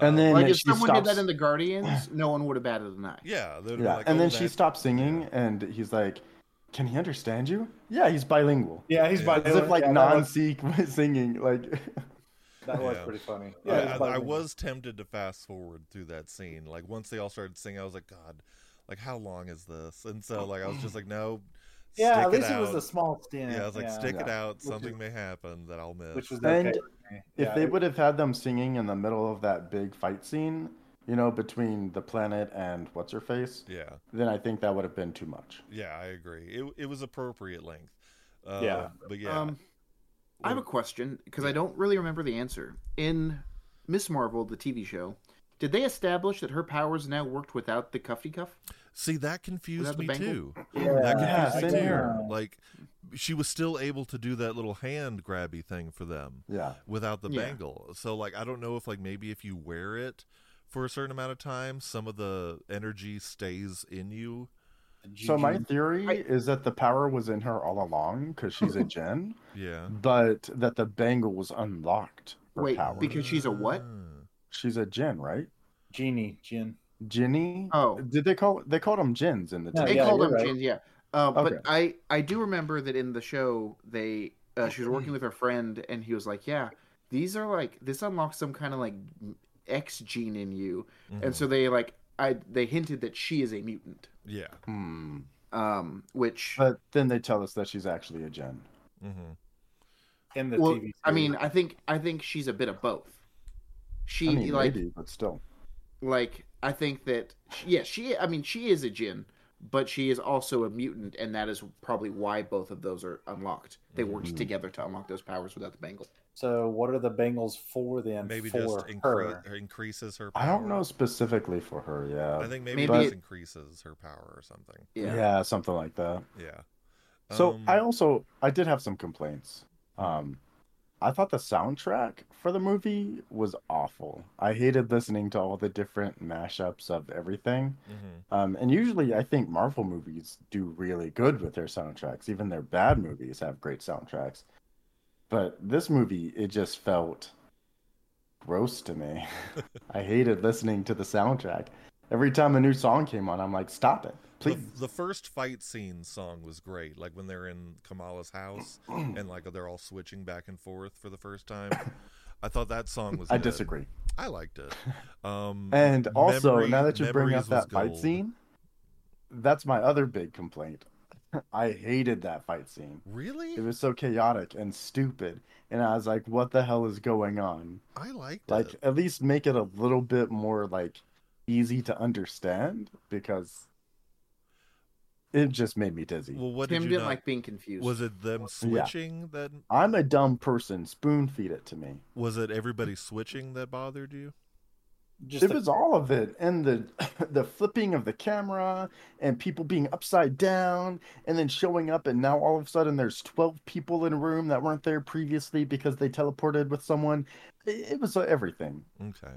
Speaker 1: Um,
Speaker 4: And then
Speaker 3: like if
Speaker 4: she
Speaker 3: someone
Speaker 4: stops.
Speaker 3: did that in The
Speaker 4: [CLEARS THROAT]
Speaker 3: Guardians, no one would have batted an eye.
Speaker 1: yeah, they'd be
Speaker 4: yeah,
Speaker 1: like,
Speaker 4: and
Speaker 1: "Oh,
Speaker 4: then she
Speaker 1: that-
Speaker 4: stopped singing, and he's like, "Can he understand you?" Yeah, he's bilingual.
Speaker 2: yeah, he's
Speaker 1: Yeah.
Speaker 2: by
Speaker 4: As if like
Speaker 2: yeah, that was-
Speaker 4: non-Sikh [LAUGHS] was singing, like
Speaker 2: That was
Speaker 1: Yeah.
Speaker 2: pretty funny.
Speaker 1: Yeah,
Speaker 2: it
Speaker 1: I, I
Speaker 2: bilingual.
Speaker 1: was tempted to fast forward through that scene. Like once they all started singing, I was like, God, like how long is this? And so like I was just like, no.
Speaker 2: Yeah,
Speaker 1: stick
Speaker 2: at least it,
Speaker 1: out.
Speaker 2: was a small stint.
Speaker 1: Yeah, I was like, stick it
Speaker 4: Yeah.
Speaker 1: out.
Speaker 2: Which
Speaker 1: Something may happen that I'll miss.
Speaker 2: which was
Speaker 4: And
Speaker 2: okay. with me.
Speaker 4: if
Speaker 2: Yeah,
Speaker 4: they
Speaker 2: it-
Speaker 4: would have had them singing in the middle of that big fight scene, you know, between the planet and what's her face,
Speaker 1: yeah,
Speaker 4: then I think that would have been too much.
Speaker 1: yeah, I agree. It it was appropriate length. Uh,
Speaker 2: Yeah.
Speaker 1: but yeah,
Speaker 3: Um, I have a question because I don't really remember the answer. In Miss Marvel, the TV show, did they establish that her powers now worked without the cuffy cuff?
Speaker 1: see that confused
Speaker 3: without the
Speaker 1: me
Speaker 3: bangle?
Speaker 1: too.
Speaker 2: Yeah,
Speaker 1: That
Speaker 4: Yeah,
Speaker 1: confused me
Speaker 4: same
Speaker 1: too.
Speaker 4: here.
Speaker 1: Like she was still able to do that little hand grabby thing for them.
Speaker 4: Yeah.
Speaker 1: without the
Speaker 3: Yeah.
Speaker 1: bangle. So like I don't know if like maybe if you wear it for a certain amount of time, some of the energy stays in you.
Speaker 4: So my theory
Speaker 3: I-
Speaker 4: is that the power was in her all along because
Speaker 3: [LAUGHS]
Speaker 4: she's a Jin,
Speaker 1: Yeah.
Speaker 4: but that the bangle was unlocked her
Speaker 3: Wait,
Speaker 4: power.
Speaker 3: because she's a what?
Speaker 1: Ah.
Speaker 4: she's a Jin, right?
Speaker 2: genie, Jin.
Speaker 4: Ginny.
Speaker 3: Oh.
Speaker 4: did they call they called them gins in the
Speaker 2: No,
Speaker 4: [LAUGHS] TV?
Speaker 3: They
Speaker 2: yeah,
Speaker 3: called
Speaker 2: you're
Speaker 3: them
Speaker 2: right.
Speaker 3: Jin, yeah. Uh,
Speaker 4: Okay.
Speaker 3: But I, I do remember that in the show, they uh, she was working with her friend, and he was like, "Yeah, these are like this unlocks some kind of like X gene in you,"
Speaker 1: Mm.
Speaker 3: and so they like I they hinted that she is a mutant,
Speaker 1: yeah.
Speaker 4: Hmm.
Speaker 3: um, which
Speaker 4: But then they tell us that she's actually a gin.
Speaker 1: Mm-hmm.
Speaker 2: in the
Speaker 3: well,
Speaker 2: TV.
Speaker 3: I mean,
Speaker 2: series.
Speaker 3: I think I think she's a bit of both. She
Speaker 4: I mean,
Speaker 3: like
Speaker 4: maybe, but still.
Speaker 3: like I think that yeah, she I mean she is a Jin, but she is also a mutant, and that is probably why both of those are unlocked. They worked
Speaker 1: Mm-hmm.
Speaker 4: Mhm.
Speaker 3: together to unlock those powers without the bangle.
Speaker 2: so what are the Bengals for then?
Speaker 1: Maybe
Speaker 2: for
Speaker 1: just
Speaker 2: her.
Speaker 1: incre- increases her. Power.
Speaker 4: I don't know specifically for her. Yeah.
Speaker 1: I think maybe,
Speaker 3: Maybe
Speaker 1: just
Speaker 3: it-
Speaker 1: increases her power or something.
Speaker 4: yeah.
Speaker 3: Yeah.
Speaker 4: something like that.
Speaker 1: Yeah.
Speaker 4: So
Speaker 1: Um,
Speaker 4: I also I did have some complaints. Um, I thought the soundtrack for the movie was awful. I hated listening to all the different mashups of everything.
Speaker 1: mhm.
Speaker 4: Um, and usually, I think Marvel movies do really good with their soundtracks. Even their bad movies have great soundtracks. But this movie, it just felt gross to me. I hated listening to the soundtrack. Every time a new song came on, I'm like, stop it,
Speaker 1: The-
Speaker 4: please.
Speaker 1: The, first fight scene song was great. Like when they're in Kamala's
Speaker 4: [CLEARS THROAT]
Speaker 1: house and like they're all switching back and forth for the first time. I thought that song was.
Speaker 4: I
Speaker 1: good.
Speaker 4: disagree.
Speaker 1: I liked it. Um,
Speaker 4: And also,
Speaker 1: Memory-
Speaker 4: now that you bring up
Speaker 1: Memories was
Speaker 4: that fight
Speaker 1: gold.
Speaker 4: scene, that's my other big complaint. [LAUGHS] I hated that fight scene.
Speaker 1: really,
Speaker 4: It was so chaotic and stupid. And I was like, what the hell is going on?
Speaker 1: I liked
Speaker 4: Like,
Speaker 1: it.
Speaker 4: at least make it a little bit more, like, easy to understand because it just made me dizzy.
Speaker 1: Well, what
Speaker 3: Tim
Speaker 1: did
Speaker 3: did
Speaker 1: you
Speaker 3: not
Speaker 1: not?
Speaker 3: like being confused.
Speaker 1: was it them switching that?
Speaker 4: I'm a dumb person. Spoon feed it to me.
Speaker 1: Was it everybody switching that bothered you?
Speaker 2: Just
Speaker 4: it
Speaker 2: the-
Speaker 4: was all of it, and the [COUGHS] the flipping of the camera, and people being upside down, and then showing up, and now all of a sudden there's twelve people in a room that weren't there previously because they teleported with someone. It, it was uh, everything.
Speaker 1: Okay.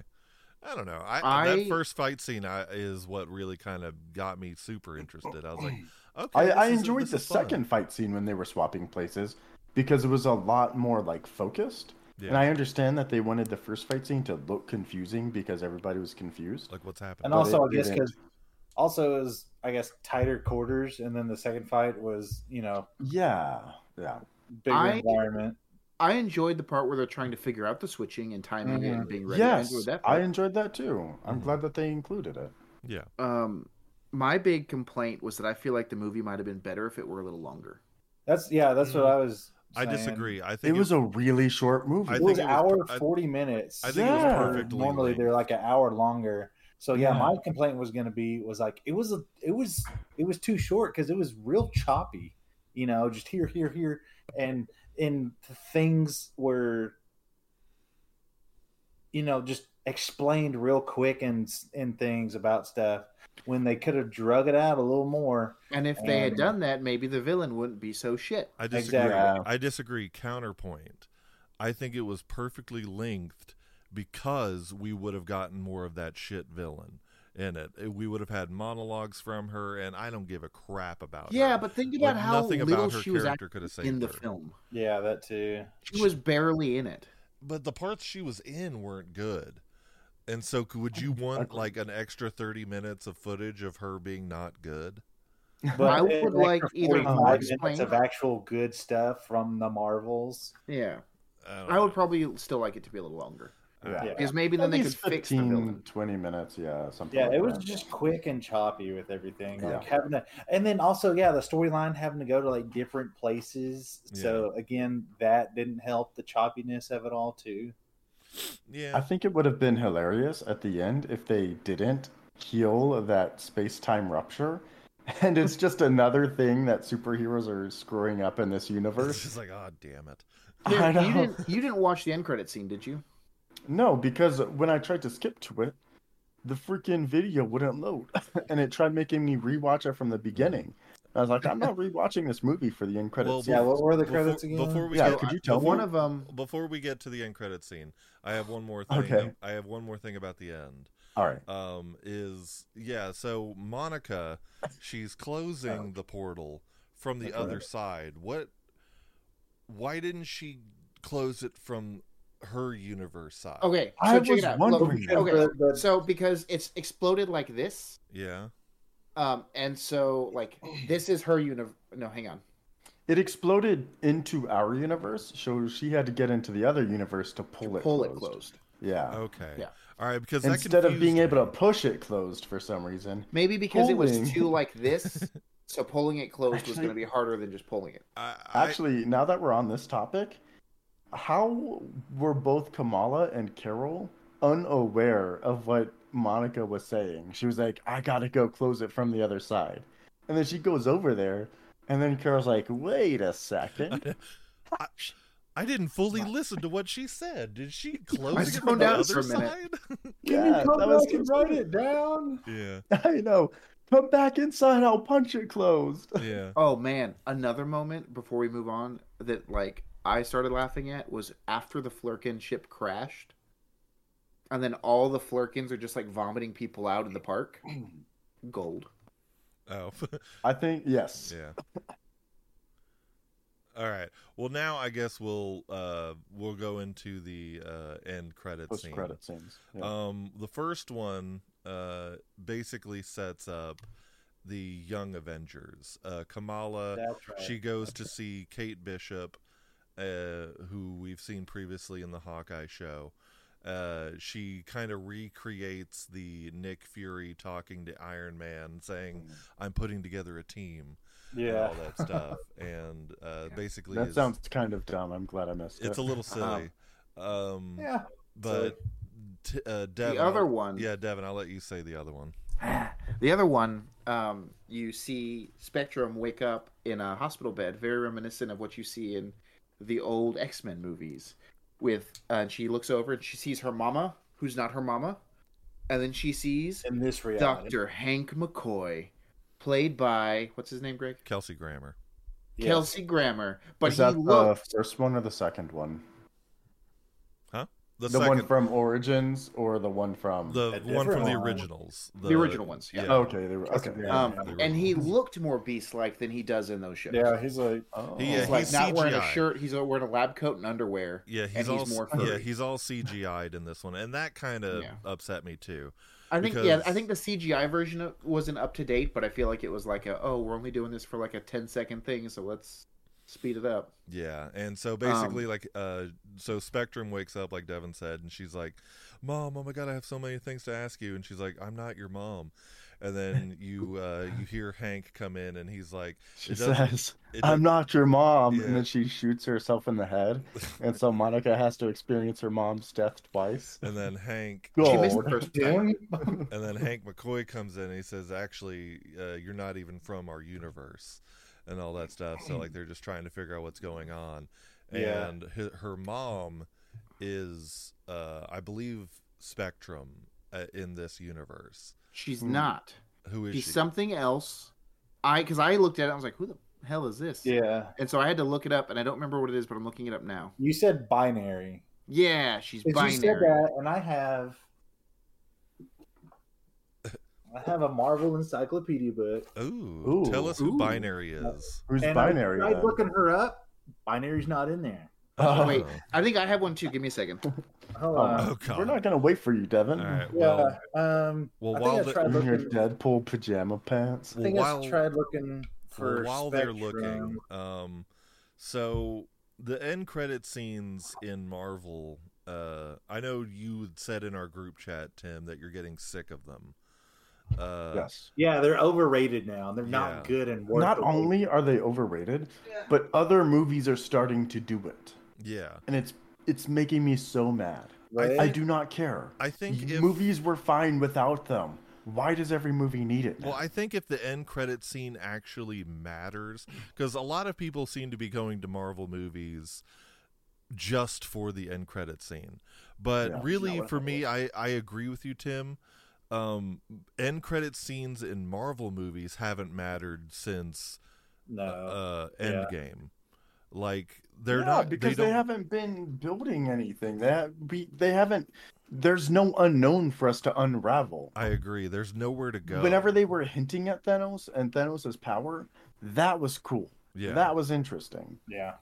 Speaker 1: I don't know. I, that
Speaker 3: I-
Speaker 1: first fight scene I, is what really kind of got me super interested. I was
Speaker 4: [CLEARS THROAT]
Speaker 1: like, okay.
Speaker 4: I,
Speaker 1: this
Speaker 4: I
Speaker 1: is-
Speaker 4: enjoyed
Speaker 1: this
Speaker 4: the
Speaker 1: is fun.
Speaker 4: second fight scene when they were swapping places because it was a lot more like focused. And
Speaker 1: Yeah.
Speaker 4: I understand that they wanted the first fight scene to look confusing because everybody was confused.
Speaker 1: like what's
Speaker 2: and
Speaker 1: happening?
Speaker 4: But
Speaker 2: also I
Speaker 4: it
Speaker 2: guess
Speaker 4: didn't.
Speaker 2: because also it was I guess tighter quarters, and then the second fight was you know
Speaker 4: Yeah, yeah.
Speaker 2: bigger
Speaker 3: I-
Speaker 2: environment.
Speaker 3: I enjoyed the part where they're trying to figure out the switching and timing it
Speaker 1: Mm-hmm.
Speaker 3: and being ready. I
Speaker 4: yes,
Speaker 3: enjoyed that
Speaker 4: I
Speaker 3: part.
Speaker 4: enjoyed that too. I'm
Speaker 1: Mhm.
Speaker 4: glad that they included it.
Speaker 1: yeah.
Speaker 3: Um, my big complaint was that I feel like the movie might have been better if it were a little longer.
Speaker 2: That's yeah, that's what I was.
Speaker 1: Mm-hmm. I
Speaker 2: saying.
Speaker 1: disagree. I
Speaker 4: It
Speaker 1: think
Speaker 4: was a really short movie.
Speaker 1: I
Speaker 2: It
Speaker 1: think
Speaker 2: was
Speaker 1: it was
Speaker 2: hour
Speaker 1: per- I-
Speaker 2: forty minutes.
Speaker 1: I think it was
Speaker 2: where
Speaker 1: perfectly
Speaker 2: Normally they're
Speaker 1: length.
Speaker 2: like an hour longer. So yeah,
Speaker 4: Yeah.
Speaker 2: my complaint was going to be was like it was a it was it was too short because it was real choppy. You know, just here, here, here, and and things were, you know, just explained real quick and and things about stuff when they could have drug it out a little more.
Speaker 3: And if they had
Speaker 2: Um,
Speaker 3: done that, maybe the villain wouldn't be so shit.
Speaker 1: I disagree.
Speaker 2: Exactly.
Speaker 1: I disagree. Counterpoint. I think it was perfectly linked because we would have gotten more of that shit villain in it. It- We would have had monologues from her, and I don't give a crap about
Speaker 3: Yeah,
Speaker 1: her.
Speaker 3: but think
Speaker 1: Like,
Speaker 3: about how
Speaker 1: nothing
Speaker 3: little
Speaker 1: about her
Speaker 3: she was
Speaker 1: character could
Speaker 3: actually
Speaker 1: have saved
Speaker 3: in the
Speaker 1: her.
Speaker 3: film.
Speaker 2: Yeah, that too.
Speaker 3: She was barely in it.
Speaker 1: but the parts she was in weren't good. And so, c- would you want
Speaker 4: agree.
Speaker 1: like an extra thirty minutes of footage of her being not good?
Speaker 2: But [LAUGHS]
Speaker 3: I
Speaker 2: an
Speaker 3: would like
Speaker 2: extra
Speaker 3: either
Speaker 2: 45
Speaker 4: more
Speaker 2: minutes
Speaker 3: explained-
Speaker 2: of actual good stuff from the Marvels.
Speaker 3: Yeah,
Speaker 1: don't
Speaker 3: I would
Speaker 1: know.
Speaker 3: probably still like it to be a little longer
Speaker 4: yeah.
Speaker 2: Yeah.
Speaker 3: because maybe
Speaker 4: At
Speaker 3: then they could
Speaker 4: least
Speaker 3: fix the
Speaker 4: 15,
Speaker 3: villain.
Speaker 4: 20 minutes. Yeah, something.
Speaker 2: Yeah,
Speaker 4: like
Speaker 2: it was
Speaker 4: that.
Speaker 2: just quick and choppy with everything. Like
Speaker 4: uh, Yeah.
Speaker 2: having to, and then also, yeah, the storyline having to go to like different places. So again, that didn't help the choppiness of it all too.
Speaker 1: yeah. [LAUGHS]
Speaker 4: I think it would have been hilarious at the end if they didn't heal that space time rupture. [LAUGHS] And it's just another thing that superheroes are screwing up in this
Speaker 1: It's
Speaker 2: [LAUGHS]
Speaker 4: universe.
Speaker 1: just like, oh damn it!
Speaker 4: I
Speaker 3: Dude, you
Speaker 4: know.
Speaker 3: didn't. You didn't watch the end credit scene, did you?
Speaker 4: No, because when I tried to skip to it, the freaking video wouldn't load, [LAUGHS] and it tried making me rewatch it from the beginning. I was like, I'm
Speaker 2: [LAUGHS]
Speaker 4: not rewatching this movie for the end credits.
Speaker 2: Yeah, what were the
Speaker 1: Before-
Speaker 2: credits again?
Speaker 1: Before we
Speaker 4: Yeah,
Speaker 1: go,
Speaker 4: could
Speaker 1: I-
Speaker 4: you tell
Speaker 1: before,
Speaker 3: uh, One of them.
Speaker 1: before we get to the end credit scene, I have one more thing.
Speaker 4: Okay.
Speaker 1: I have one more thing about the end.
Speaker 4: All right.
Speaker 1: Um, is yeah. So Monica, she's closing the portal from the
Speaker 4: Oh. That's
Speaker 1: other
Speaker 4: right.
Speaker 1: side. What? Why didn't she close it from her universe side.
Speaker 3: Okay, so
Speaker 4: I
Speaker 3: check
Speaker 4: was
Speaker 3: it out. Look,
Speaker 4: wondering that.
Speaker 3: okay,
Speaker 2: The- the-
Speaker 3: so because it's exploded like this,
Speaker 1: Yeah.
Speaker 3: um, and so like this is her universe. No, hang on.
Speaker 4: It exploded into our universe, so she had to get into the other universe to pull it
Speaker 3: Pull
Speaker 4: closed.
Speaker 3: it closed.
Speaker 4: Yeah.
Speaker 1: Okay.
Speaker 3: Yeah.
Speaker 1: All right. Because that
Speaker 4: Instead of being
Speaker 1: confused
Speaker 4: able to
Speaker 1: me.
Speaker 4: push it closed for some reason.
Speaker 3: Maybe because it was
Speaker 4: Pulling.
Speaker 3: too like this, so pulling
Speaker 4: [LAUGHS]
Speaker 3: it closed was
Speaker 4: Actually-
Speaker 3: going to be harder than just pulling it.
Speaker 1: I, I-
Speaker 4: Actually, now that we're on this topic, how were both Kamala and Carol unaware of what Monica was saying? She was like, I gotta go close it from the other side. And then she goes over there, and then Carol's like, wait a second.
Speaker 1: I didn't fully listen to what she said. Did she
Speaker 3: [LAUGHS]
Speaker 1: close it
Speaker 3: zoned
Speaker 1: on the
Speaker 3: out
Speaker 1: other
Speaker 3: for a
Speaker 1: side? [LAUGHS]
Speaker 3: minute.
Speaker 2: Can
Speaker 4: Yeah,
Speaker 2: you come
Speaker 4: that was
Speaker 2: back and write it down?
Speaker 1: yeah.
Speaker 4: [LAUGHS] I know. Come back inside, I'll punch it closed.
Speaker 1: Yeah.
Speaker 3: Oh man, another moment before we move on that like I started laughing at was after the Flurkin ship crashed, and then all the Flurkins are just like vomiting people out in the park. Gold.
Speaker 1: Oh. [LAUGHS]
Speaker 4: I think, yes.
Speaker 1: yeah. All right. Well, now I guess we'll uh we'll go into the uh end credits
Speaker 4: Post
Speaker 1: scene.
Speaker 4: credit scenes. Yeah.
Speaker 1: Um, the first one uh, basically sets up the Young Avengers. Uh, Kamala,
Speaker 2: That's right.
Speaker 1: uh, she goes to see Kate Bishop, uh, who we've seen previously in the Hawkeye show. Uh, she kind of recreates the Nick Fury talking to Iron Man,
Speaker 4: Mm.
Speaker 1: saying, "I'm putting together a team." and
Speaker 2: yeah.
Speaker 1: all that stuff, and
Speaker 2: [LAUGHS]
Speaker 1: uh,
Speaker 3: Yeah.
Speaker 1: basically,
Speaker 4: that
Speaker 1: is-
Speaker 4: sounds kind of dumb. I'm glad I missed
Speaker 1: it's
Speaker 4: it.
Speaker 1: a little
Speaker 3: Uh-huh.
Speaker 1: silly. Um,
Speaker 2: Yeah.
Speaker 1: but t- uh, Devin,
Speaker 3: the other one.
Speaker 1: yeah, Devin, I'll let you say the other one.
Speaker 3: The other one, um, you see Spectrum wake up in a hospital bed, very reminiscent of what you see in the old X Men movies. With uh, and she looks over and she sees her mama, who's not her mama, and then she sees
Speaker 2: In this reality.
Speaker 3: Doctor Hank McCoy, played by what's his name, Greg
Speaker 1: Kelsey Grammer.
Speaker 2: Yes. uh,
Speaker 3: Kelsey Grammer. But
Speaker 4: Is
Speaker 3: he
Speaker 4: that
Speaker 3: looks
Speaker 4: the first one or the second one?
Speaker 1: The,
Speaker 4: The
Speaker 1: second,
Speaker 4: one from Origins or the one from
Speaker 1: the
Speaker 2: A
Speaker 1: one from the
Speaker 2: different one.
Speaker 1: originals.
Speaker 3: The original ones, yeah.
Speaker 4: Oh, okay, they were
Speaker 2: That's
Speaker 4: okay.
Speaker 2: a-
Speaker 4: yeah,
Speaker 3: um,
Speaker 4: yeah.
Speaker 1: the
Speaker 3: and he
Speaker 1: original.
Speaker 3: looked more beast like than he does in those shows.
Speaker 2: Yeah, he's like,
Speaker 4: Oh.
Speaker 1: He-
Speaker 3: He's
Speaker 1: [LAUGHS] yeah,
Speaker 3: like
Speaker 1: he's
Speaker 3: not wearing a
Speaker 1: CGI.
Speaker 3: shirt, he's uh, wearing a lab coat and underwear.
Speaker 1: Yeah, he's
Speaker 3: he's
Speaker 1: all
Speaker 3: more
Speaker 1: yeah
Speaker 3: furry.
Speaker 1: he's all CGI'd in this one, and that kind of
Speaker 3: Yeah.
Speaker 1: upset me too.
Speaker 3: I think yeah, I
Speaker 1: because-
Speaker 3: think the CGI version of, wasn't up to date, but I feel like it was like a oh, we're only doing this for like a 10 second thing, so let's speed it up.
Speaker 1: Yeah, and so basically, like, uh, so Spectrum wakes up, like Devin said, and she's like, "Mom, oh my god, I have so many things to ask you," and she's like, "I'm not your mom." And then you uh, you hear Hank come in, and he's like,
Speaker 4: she
Speaker 1: it doesn't-
Speaker 4: says,
Speaker 1: it
Speaker 4: [LAUGHS] "I'm not your mom,"
Speaker 1: Yeah.
Speaker 4: and then she shoots herself in the head, and so Monica has to experience her mom's death twice.
Speaker 1: And then Hank
Speaker 4: Go
Speaker 3: She
Speaker 2: Oh,
Speaker 3: missed the
Speaker 4: Lord.
Speaker 3: first
Speaker 2: Jim?
Speaker 1: and then Hank McCoy comes in and he says, "Actually, uh, you're not even from our universe," and all that stuff. So like they're just trying to figure out what's going on.
Speaker 2: Yeah.
Speaker 1: And hi her mom is, uh, I believe, Spectrum uh, in this universe.
Speaker 3: She's
Speaker 4: Hmm.
Speaker 3: not.
Speaker 1: Who is
Speaker 3: She's
Speaker 1: she?
Speaker 3: something else. I cuz I looked at it I was like, who the hell is this?
Speaker 2: yeah.
Speaker 3: And so I had to look it up and I don't remember what it is, but I'm looking it up now.
Speaker 2: You said binary.
Speaker 3: Yeah, she's
Speaker 2: If
Speaker 3: binary.
Speaker 2: you said that, and I have, I have a Marvel encyclopedia book,
Speaker 1: Ooh,
Speaker 4: Ooh. Uh,
Speaker 1: tell us who
Speaker 3: Ooh.
Speaker 1: binary is.
Speaker 4: Who's
Speaker 2: and
Speaker 4: binary?
Speaker 2: I, tried
Speaker 4: then?
Speaker 2: looking her up. Binary's not in there.
Speaker 4: Oh,
Speaker 3: Wait, I think I have one too. Give me a second.
Speaker 2: Hold
Speaker 4: Oh,
Speaker 2: on.
Speaker 1: Oh god.
Speaker 4: we're not gonna wait for you,
Speaker 1: All
Speaker 4: Devin.
Speaker 1: right. Well,
Speaker 2: yeah. um.
Speaker 1: well,
Speaker 2: I
Speaker 1: while
Speaker 2: think
Speaker 1: the-
Speaker 2: I tried
Speaker 4: In your
Speaker 2: looking.
Speaker 4: Deadpool pajama pants.
Speaker 2: I think
Speaker 1: well,
Speaker 2: I
Speaker 1: while-
Speaker 2: tried looking
Speaker 1: Well,
Speaker 2: for
Speaker 1: while
Speaker 2: Spectrum.
Speaker 1: they're looking um so the end credit scenes in marvel uh i know you had said in our group chat tim that you're getting sick of them uh
Speaker 4: Yes.
Speaker 2: Yeah, they're overrated now. and They're not
Speaker 1: Yeah.
Speaker 2: good and worth
Speaker 4: Not
Speaker 2: the wait.
Speaker 4: only are they overrated, but other movies are starting to do it,
Speaker 1: yeah
Speaker 4: and it's it's making me so mad.
Speaker 2: Right?
Speaker 4: I do not care.
Speaker 1: i think
Speaker 4: Y-
Speaker 1: if
Speaker 4: movies were fine without them. Why does every movie need it?
Speaker 1: well
Speaker 4: now?
Speaker 1: i think if the end credit scene actually matters because a lot of people seem to be going to marvel movies just for the end credit scene but
Speaker 4: Yeah.
Speaker 1: really
Speaker 2: Not what
Speaker 1: for
Speaker 2: I
Speaker 1: me i i agree with you tim um end credit scenes in marvel movies haven't mattered since
Speaker 2: No.
Speaker 1: uh
Speaker 2: yeah.
Speaker 1: endgame like they're
Speaker 4: Yeah,
Speaker 1: not
Speaker 4: because
Speaker 1: they
Speaker 4: they,
Speaker 1: don't
Speaker 4: haven't been building anything. They ha- we they haven't. There's no unknown for us to unravel.
Speaker 1: i agree there's nowhere to go
Speaker 4: Whenever they were hinting at Thanos and Thanos' power, that was cool.
Speaker 1: yeah
Speaker 4: That was interesting.
Speaker 1: uh,
Speaker 2: yeah.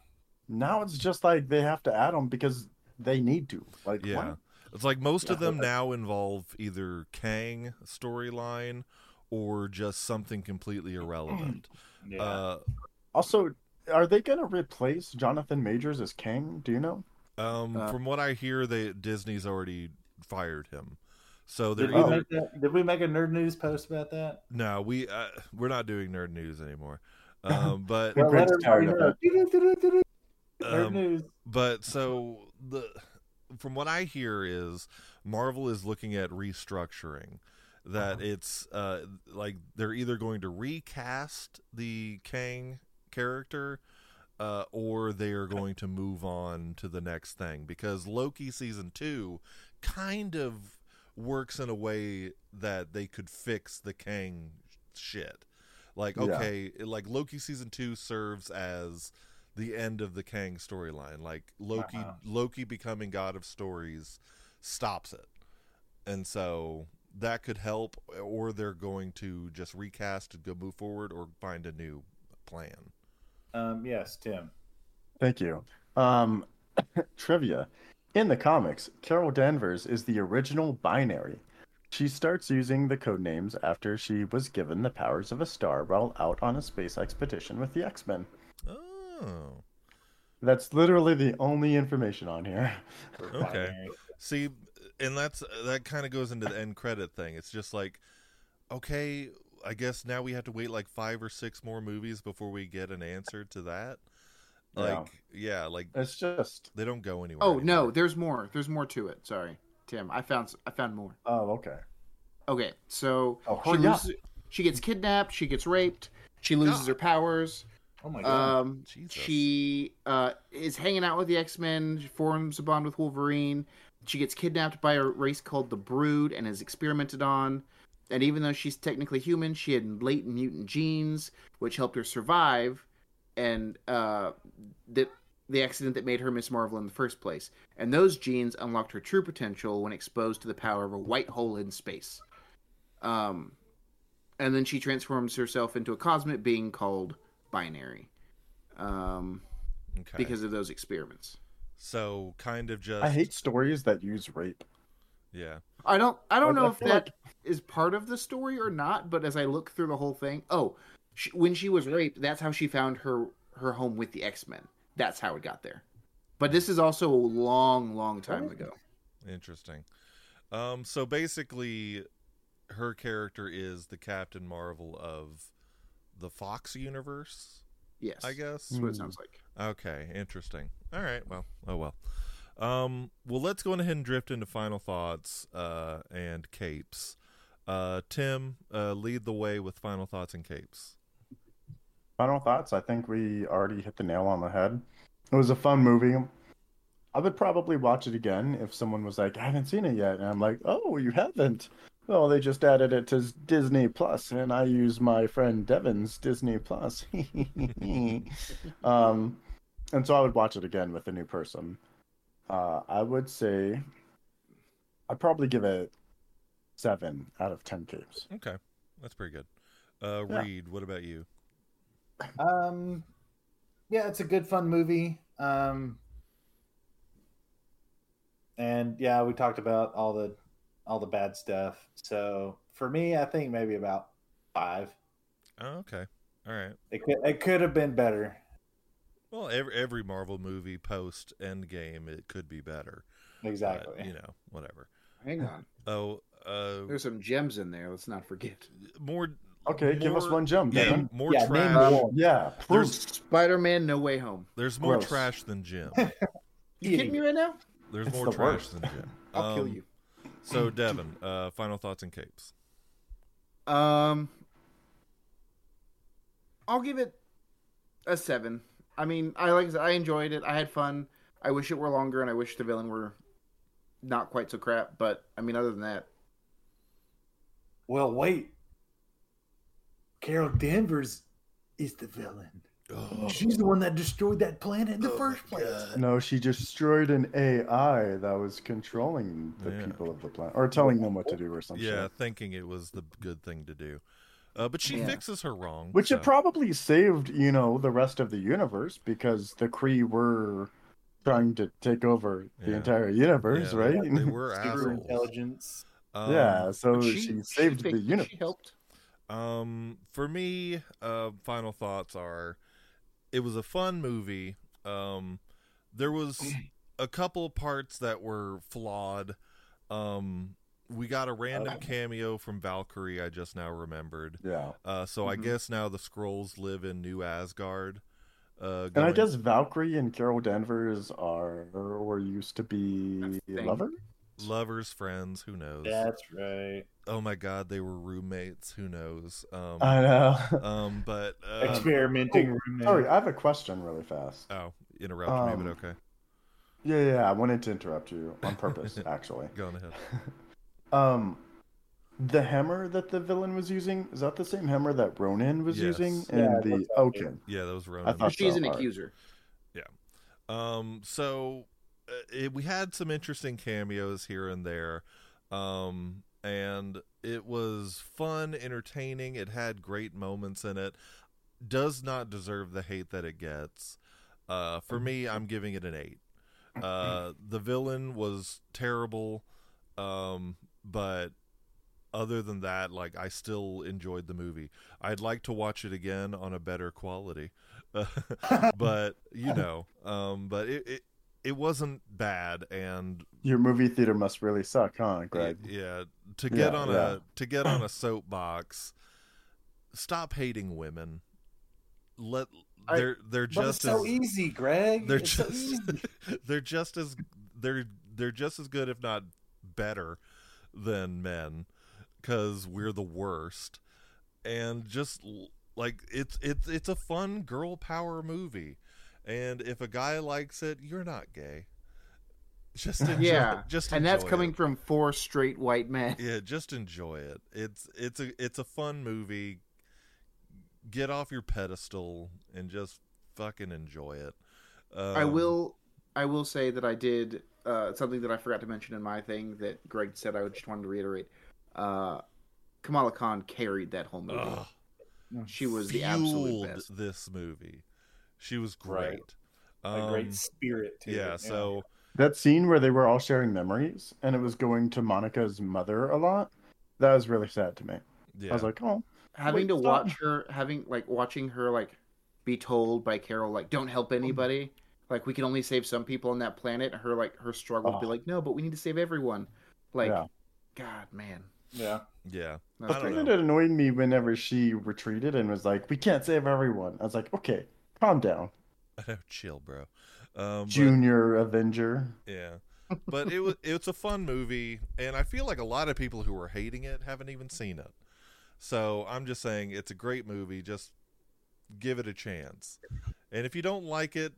Speaker 4: Now it's just like they have to add them because they need to. Like,
Speaker 1: Yeah.
Speaker 4: why-
Speaker 1: It's like most of
Speaker 4: Yeah.
Speaker 1: them now involve either Kang storyline or just something completely irrelevant.
Speaker 2: Yeah.
Speaker 1: Uh,
Speaker 4: Also, are they gonna replace Jonathan Majors as Kang? Do you know?
Speaker 1: um,
Speaker 3: Uh,
Speaker 1: from what I hear, they Disney's already fired him, so they're
Speaker 2: did we
Speaker 1: either
Speaker 2: make that? Did we make a nerd news post about that?
Speaker 1: no, we uh, we're not doing nerd news anymore. Um, but
Speaker 4: Well, Brent's
Speaker 2: everybody
Speaker 4: tired of
Speaker 2: know. Do-do-do-do-do-do. Nerd
Speaker 1: um,
Speaker 2: news.
Speaker 1: But so the from what I hear is Marvel is looking at restructuring that it's uh like they're either going to recast the Kang character uh, or they are going to move on to the next thing because Loki season 2 kind of works in a way that they could fix the Kang shit. Like
Speaker 4: Yeah.
Speaker 1: okay, like Loki season 2 serves as the end of the Kang storyline. Like Loki
Speaker 2: Uh-huh.
Speaker 1: Loki becoming god of stories stops it. And so that could help or they're going to just recast and go move forward or find a new plan.
Speaker 2: Um, yes, Tim.
Speaker 4: Thank you. Um, [COUGHS] trivia. In the comics, Carol Danvers is the original binary. She starts using the codenames after she was given the powers of a star while out on a space expedition with the X Men.
Speaker 1: Oh.
Speaker 4: That's literally the only information on here. [LAUGHS]
Speaker 2: Binary.
Speaker 1: See, and that's that kind of goes into the end credit thing. It's just like okay, I guess now we have to wait like 5 or 6 more movies before we get an answer to that.
Speaker 4: Yeah.
Speaker 1: Like yeah, like
Speaker 4: It's just
Speaker 1: they don't go anywhere.
Speaker 3: Oh no,
Speaker 1: anymore.
Speaker 3: there's more. There's more to it. Sorry, Tim. I found I found more.
Speaker 4: oh okay.
Speaker 3: Okay, so
Speaker 4: Oh,
Speaker 3: she
Speaker 4: hurry up.
Speaker 3: loses, she gets kidnapped. She gets raped. She loses her powers.
Speaker 2: Oh my god.
Speaker 3: Um,
Speaker 1: Jesus.
Speaker 3: she uh, is hanging out with the X Men. She forms a bond with Wolverine. She gets kidnapped by a race called the Brood and is experimented on. And even though she's technically human, she had latent mutant genes, which helped her survive. And uh, the the accident that made her Miss Marvel in the first place. And those genes unlocked her true potential when exposed to the power of a white hole in space. Um, and then she transforms herself into a cosmic being called Binary um,
Speaker 1: okay.
Speaker 3: because of those experiments.
Speaker 1: so kind of just
Speaker 4: I hate stories that use rape.
Speaker 1: yeah.
Speaker 3: I don't I don't
Speaker 4: But I
Speaker 3: know if
Speaker 4: feel
Speaker 3: that is part of the story or not, but as I look through the whole thing, oh, she, when she was raped, that's how she found her her home with the X Men. That's how it got there. But this is also a long, long time ago.
Speaker 1: Interesting. Um, so basically, her character is the Captain Marvel of the Fox universe,
Speaker 3: Yes,
Speaker 1: I
Speaker 4: Hmm.
Speaker 1: guess.
Speaker 4: Mm.
Speaker 3: that's what it sounds like.
Speaker 1: Okay, interesting. All right, well, oh well. Um, well, let's go ahead and drift into final thoughts uh, and capes. Uh, Tim, uh, lead the way with final thoughts and capes.
Speaker 4: Final thoughts. I think we already hit the nail on the head. It was a fun movie. I would probably watch it again if someone was like, "I haven't seen it yet," and I'm like, "Oh, you haven't." Well, they just added it to Disney Plus, and I use my friend Devin's Disney Plus. [LAUGHS] um, and so I would watch it again with a new person. Uh, I would say I'd probably give it seven out of ten capes.
Speaker 1: Okay, that's pretty good. Uh,
Speaker 4: Yeah.
Speaker 1: Reed, what about you?
Speaker 2: Um, yeah, it's a good, fun movie. Um, and yeah, we talked about all the all the bad stuff. So for me, I think maybe about five.
Speaker 1: Oh, okay. All right.
Speaker 2: It could it could have been better.
Speaker 1: Well, every, every Marvel movie post Endgame, it could be better. but,
Speaker 2: Exactly.
Speaker 1: you know, whatever.
Speaker 3: Hang on,
Speaker 1: Oh, uh,
Speaker 3: there's some gems in there. Let's not forget.
Speaker 1: more.
Speaker 4: Okay, give us
Speaker 1: more-
Speaker 4: one jump,
Speaker 1: Yeah,
Speaker 4: Devin.
Speaker 1: more
Speaker 2: Yeah, name
Speaker 1: trash.
Speaker 2: one.
Speaker 4: Yeah,
Speaker 1: There's-
Speaker 4: proof.
Speaker 3: Spider-Man: No Way Home.
Speaker 1: There's more
Speaker 4: Gross.
Speaker 1: trash than
Speaker 4: [LAUGHS]
Speaker 1: Jim.
Speaker 3: You kidding me right now?
Speaker 1: There's
Speaker 4: It's
Speaker 1: more
Speaker 4: the
Speaker 1: trash
Speaker 4: worst.
Speaker 1: than Jim.
Speaker 3: I'll kill
Speaker 1: Um,
Speaker 3: you.
Speaker 1: So, Devin, uh, final thoughts and capes.
Speaker 3: Um, I'll give it a seven. I mean, I like I said, I enjoyed it. I had fun. I wish it were longer, and I wish the villain were not quite so crap. But I mean, other than that,
Speaker 2: Well, wait. Carol Danvers is the villain.
Speaker 4: Oh,
Speaker 1: Oh,
Speaker 2: She's the one that destroyed that planet in the first place.
Speaker 4: No, she destroyed an AI that was controlling the
Speaker 1: Yeah.
Speaker 4: people of the planet or telling them what to do or something.
Speaker 1: Yeah, thinking it was the good thing to do, uh, but she
Speaker 3: Yeah.
Speaker 1: fixes her wrong.
Speaker 4: Which
Speaker 1: so.
Speaker 4: it probably saved, you know, the rest of the universe because the Kree were trying to take over the
Speaker 1: Yeah.
Speaker 4: entire universe,
Speaker 1: Yeah,
Speaker 4: right?
Speaker 1: They
Speaker 4: [LAUGHS]
Speaker 1: were
Speaker 2: Super
Speaker 1: assholes.
Speaker 2: intelligence.
Speaker 1: Um,
Speaker 4: yeah, so
Speaker 3: But
Speaker 4: she, saved the
Speaker 3: fixed-
Speaker 4: universe.
Speaker 3: She helped.
Speaker 1: Um, for me, uh, final thoughts are, it was a fun movie. Um, there
Speaker 4: [CLEARS THROAT]
Speaker 1: was a couple parts that were flawed. Um, we got a random
Speaker 4: Oh.
Speaker 1: cameo from Valkyrie. I just now remembered.
Speaker 4: Yeah.
Speaker 1: Uh, so I
Speaker 4: Mm-hmm.
Speaker 3: Mhm.
Speaker 1: guess now the scrolls live in New Asgard. Uh,
Speaker 4: And I
Speaker 1: going-
Speaker 4: guess Valkyrie and Carol Danvers are or used to be
Speaker 3: Thing.
Speaker 4: lover.
Speaker 1: lovers, friends, who knows?
Speaker 2: That's right.
Speaker 1: Oh my God, they were roommates. Who knows? Um,
Speaker 4: I know.
Speaker 1: um, but uh,
Speaker 2: Experimenting roommate.
Speaker 4: [LAUGHS] Sorry, I have a question really fast.
Speaker 1: oh, interrupt me,
Speaker 4: Um,
Speaker 1: but okay,
Speaker 4: Yeah, yeah, I wanted to interrupt you
Speaker 1: [LAUGHS]
Speaker 4: on purpose, actually.
Speaker 1: go on ahead.
Speaker 4: Um, the hammer that the villain was using is that the same hammer that Ronan was
Speaker 1: Yes.
Speaker 4: using in
Speaker 2: Yeah,
Speaker 4: the
Speaker 2: that's what it
Speaker 4: okay?
Speaker 1: Yeah, that was Ronan.
Speaker 4: I thought
Speaker 3: She's
Speaker 4: so,
Speaker 3: an
Speaker 4: alright.
Speaker 3: accuser.
Speaker 1: Um, so uh, it, we had some interesting cameos here and there, um, and it was fun, entertaining. It had great moments in it. Does not deserve the hate that it gets. Uh, for me, I'm giving it an eight. Uh, the villain was terrible, um, but other than that, like I still enjoyed the movie. I'd like to watch it again on a better quality. [LAUGHS]
Speaker 2: [LAUGHS]
Speaker 1: but you know, um, but it, it it wasn't bad, and
Speaker 4: Your movie theater must really suck, huh, Greg?
Speaker 1: yeah, to get
Speaker 4: Yeah,
Speaker 1: on
Speaker 4: yeah.
Speaker 1: a to get on a soapbox, stop hating women. Let
Speaker 3: I-
Speaker 1: they're they're
Speaker 2: But it's
Speaker 1: just
Speaker 2: so
Speaker 1: as
Speaker 2: easy, Greg.
Speaker 1: they're
Speaker 2: It's so
Speaker 1: just
Speaker 2: easy.
Speaker 1: [LAUGHS] they're just as they're they're just as good, if not better, than men, because we're the worst, and just l- like it's it's it's a fun girl power movie, and if a guy likes it, you're not gay.
Speaker 3: [LAUGHS]
Speaker 1: Just enjoy,
Speaker 3: Yeah,
Speaker 1: just
Speaker 3: And that's
Speaker 1: enjoy
Speaker 3: coming
Speaker 1: it.
Speaker 3: from four straight white men.
Speaker 1: Yeah, just enjoy it. It's it's a it's a fun movie. Get off your pedestal and just fucking enjoy it. Um,
Speaker 3: I will I will say that I did uh, something that I forgot to mention in my thing that Greg said I just wanted to reiterate. Uh, Kamala Khan carried that whole movie.
Speaker 1: Ugh.
Speaker 3: she was the
Speaker 1: fueled
Speaker 3: absolute best.
Speaker 1: this movie. She was
Speaker 2: Right.
Speaker 1: great.
Speaker 2: a
Speaker 1: Um,
Speaker 2: great spirit to
Speaker 1: yeah,
Speaker 2: it,
Speaker 1: so
Speaker 4: That scene where they were all sharing memories and it was going to Monica's mother a lot. That was really sad to me.
Speaker 1: yeah.
Speaker 4: I was like, oh,
Speaker 3: Having
Speaker 4: Wait,
Speaker 3: to
Speaker 4: stop.
Speaker 3: watch her having like watching her like be told by Carol like don't help
Speaker 4: Um,
Speaker 3: anybody. Like we can only save some people on that planet. Her like her struggle to be
Speaker 4: Oh.
Speaker 3: like no, but we need to save everyone. Like
Speaker 4: Yeah.
Speaker 3: God, man.
Speaker 2: yeah.
Speaker 1: yeah. [LAUGHS]
Speaker 3: That's
Speaker 1: I
Speaker 4: the
Speaker 1: don't
Speaker 4: thing
Speaker 1: know.
Speaker 4: that annoyed me whenever she retreated and was like, "We can't save everyone." I was like, "Okay, calm down,
Speaker 1: I know, Oh, chill, bro. Um, but-
Speaker 4: Junior Avenger."
Speaker 1: yeah. But it was it's a fun movie, and I feel like a lot of people who are hating it haven't even seen it. So I'm just saying it's a great movie. Just give it a chance, and if you don't like it,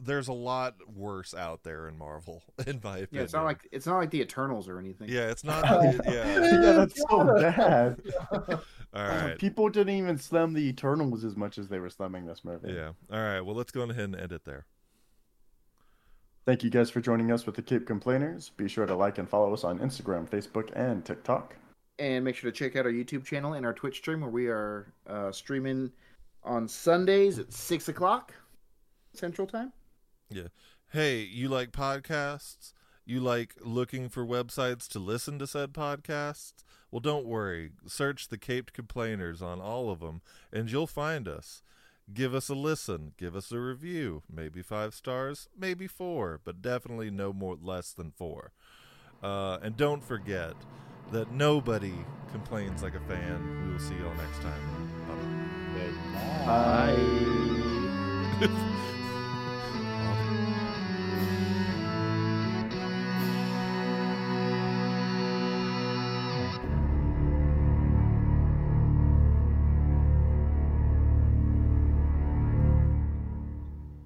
Speaker 1: there's a lot worse out there in Marvel, [LAUGHS] in my opinion.
Speaker 3: Yeah, it's not like it's not like the Eternals or anything.
Speaker 1: yeah, it's not.
Speaker 4: [LAUGHS] yeah,
Speaker 1: yeah,
Speaker 4: that's
Speaker 2: [LAUGHS]
Speaker 4: so bad.
Speaker 1: all right.
Speaker 4: People didn't even slam the Eternals as much as they were slamming this movie.
Speaker 1: Yeah. All right. Well, let's go ahead and end it there.
Speaker 4: Thank you guys for joining us with the Cape Complainers. Be sure to like and follow us on Instagram, Facebook, and TikTok.
Speaker 3: and make sure to check out our YouTube channel and our Twitch stream where we are uh, streaming on Sundays at six o'clock Central Time.
Speaker 1: Hey, you like podcasts? You like looking for websites to listen to said podcasts? Well, don't worry. Search the Caped Complainers on all of them, and you'll find us. Give us a listen. Give us a review. Maybe five stars, maybe four, but definitely no more less than four. Uh, and don't forget that nobody complains like a fan. We will see y'all next time. Bye-bye.
Speaker 2: But-
Speaker 4: Bye.
Speaker 3: Bye.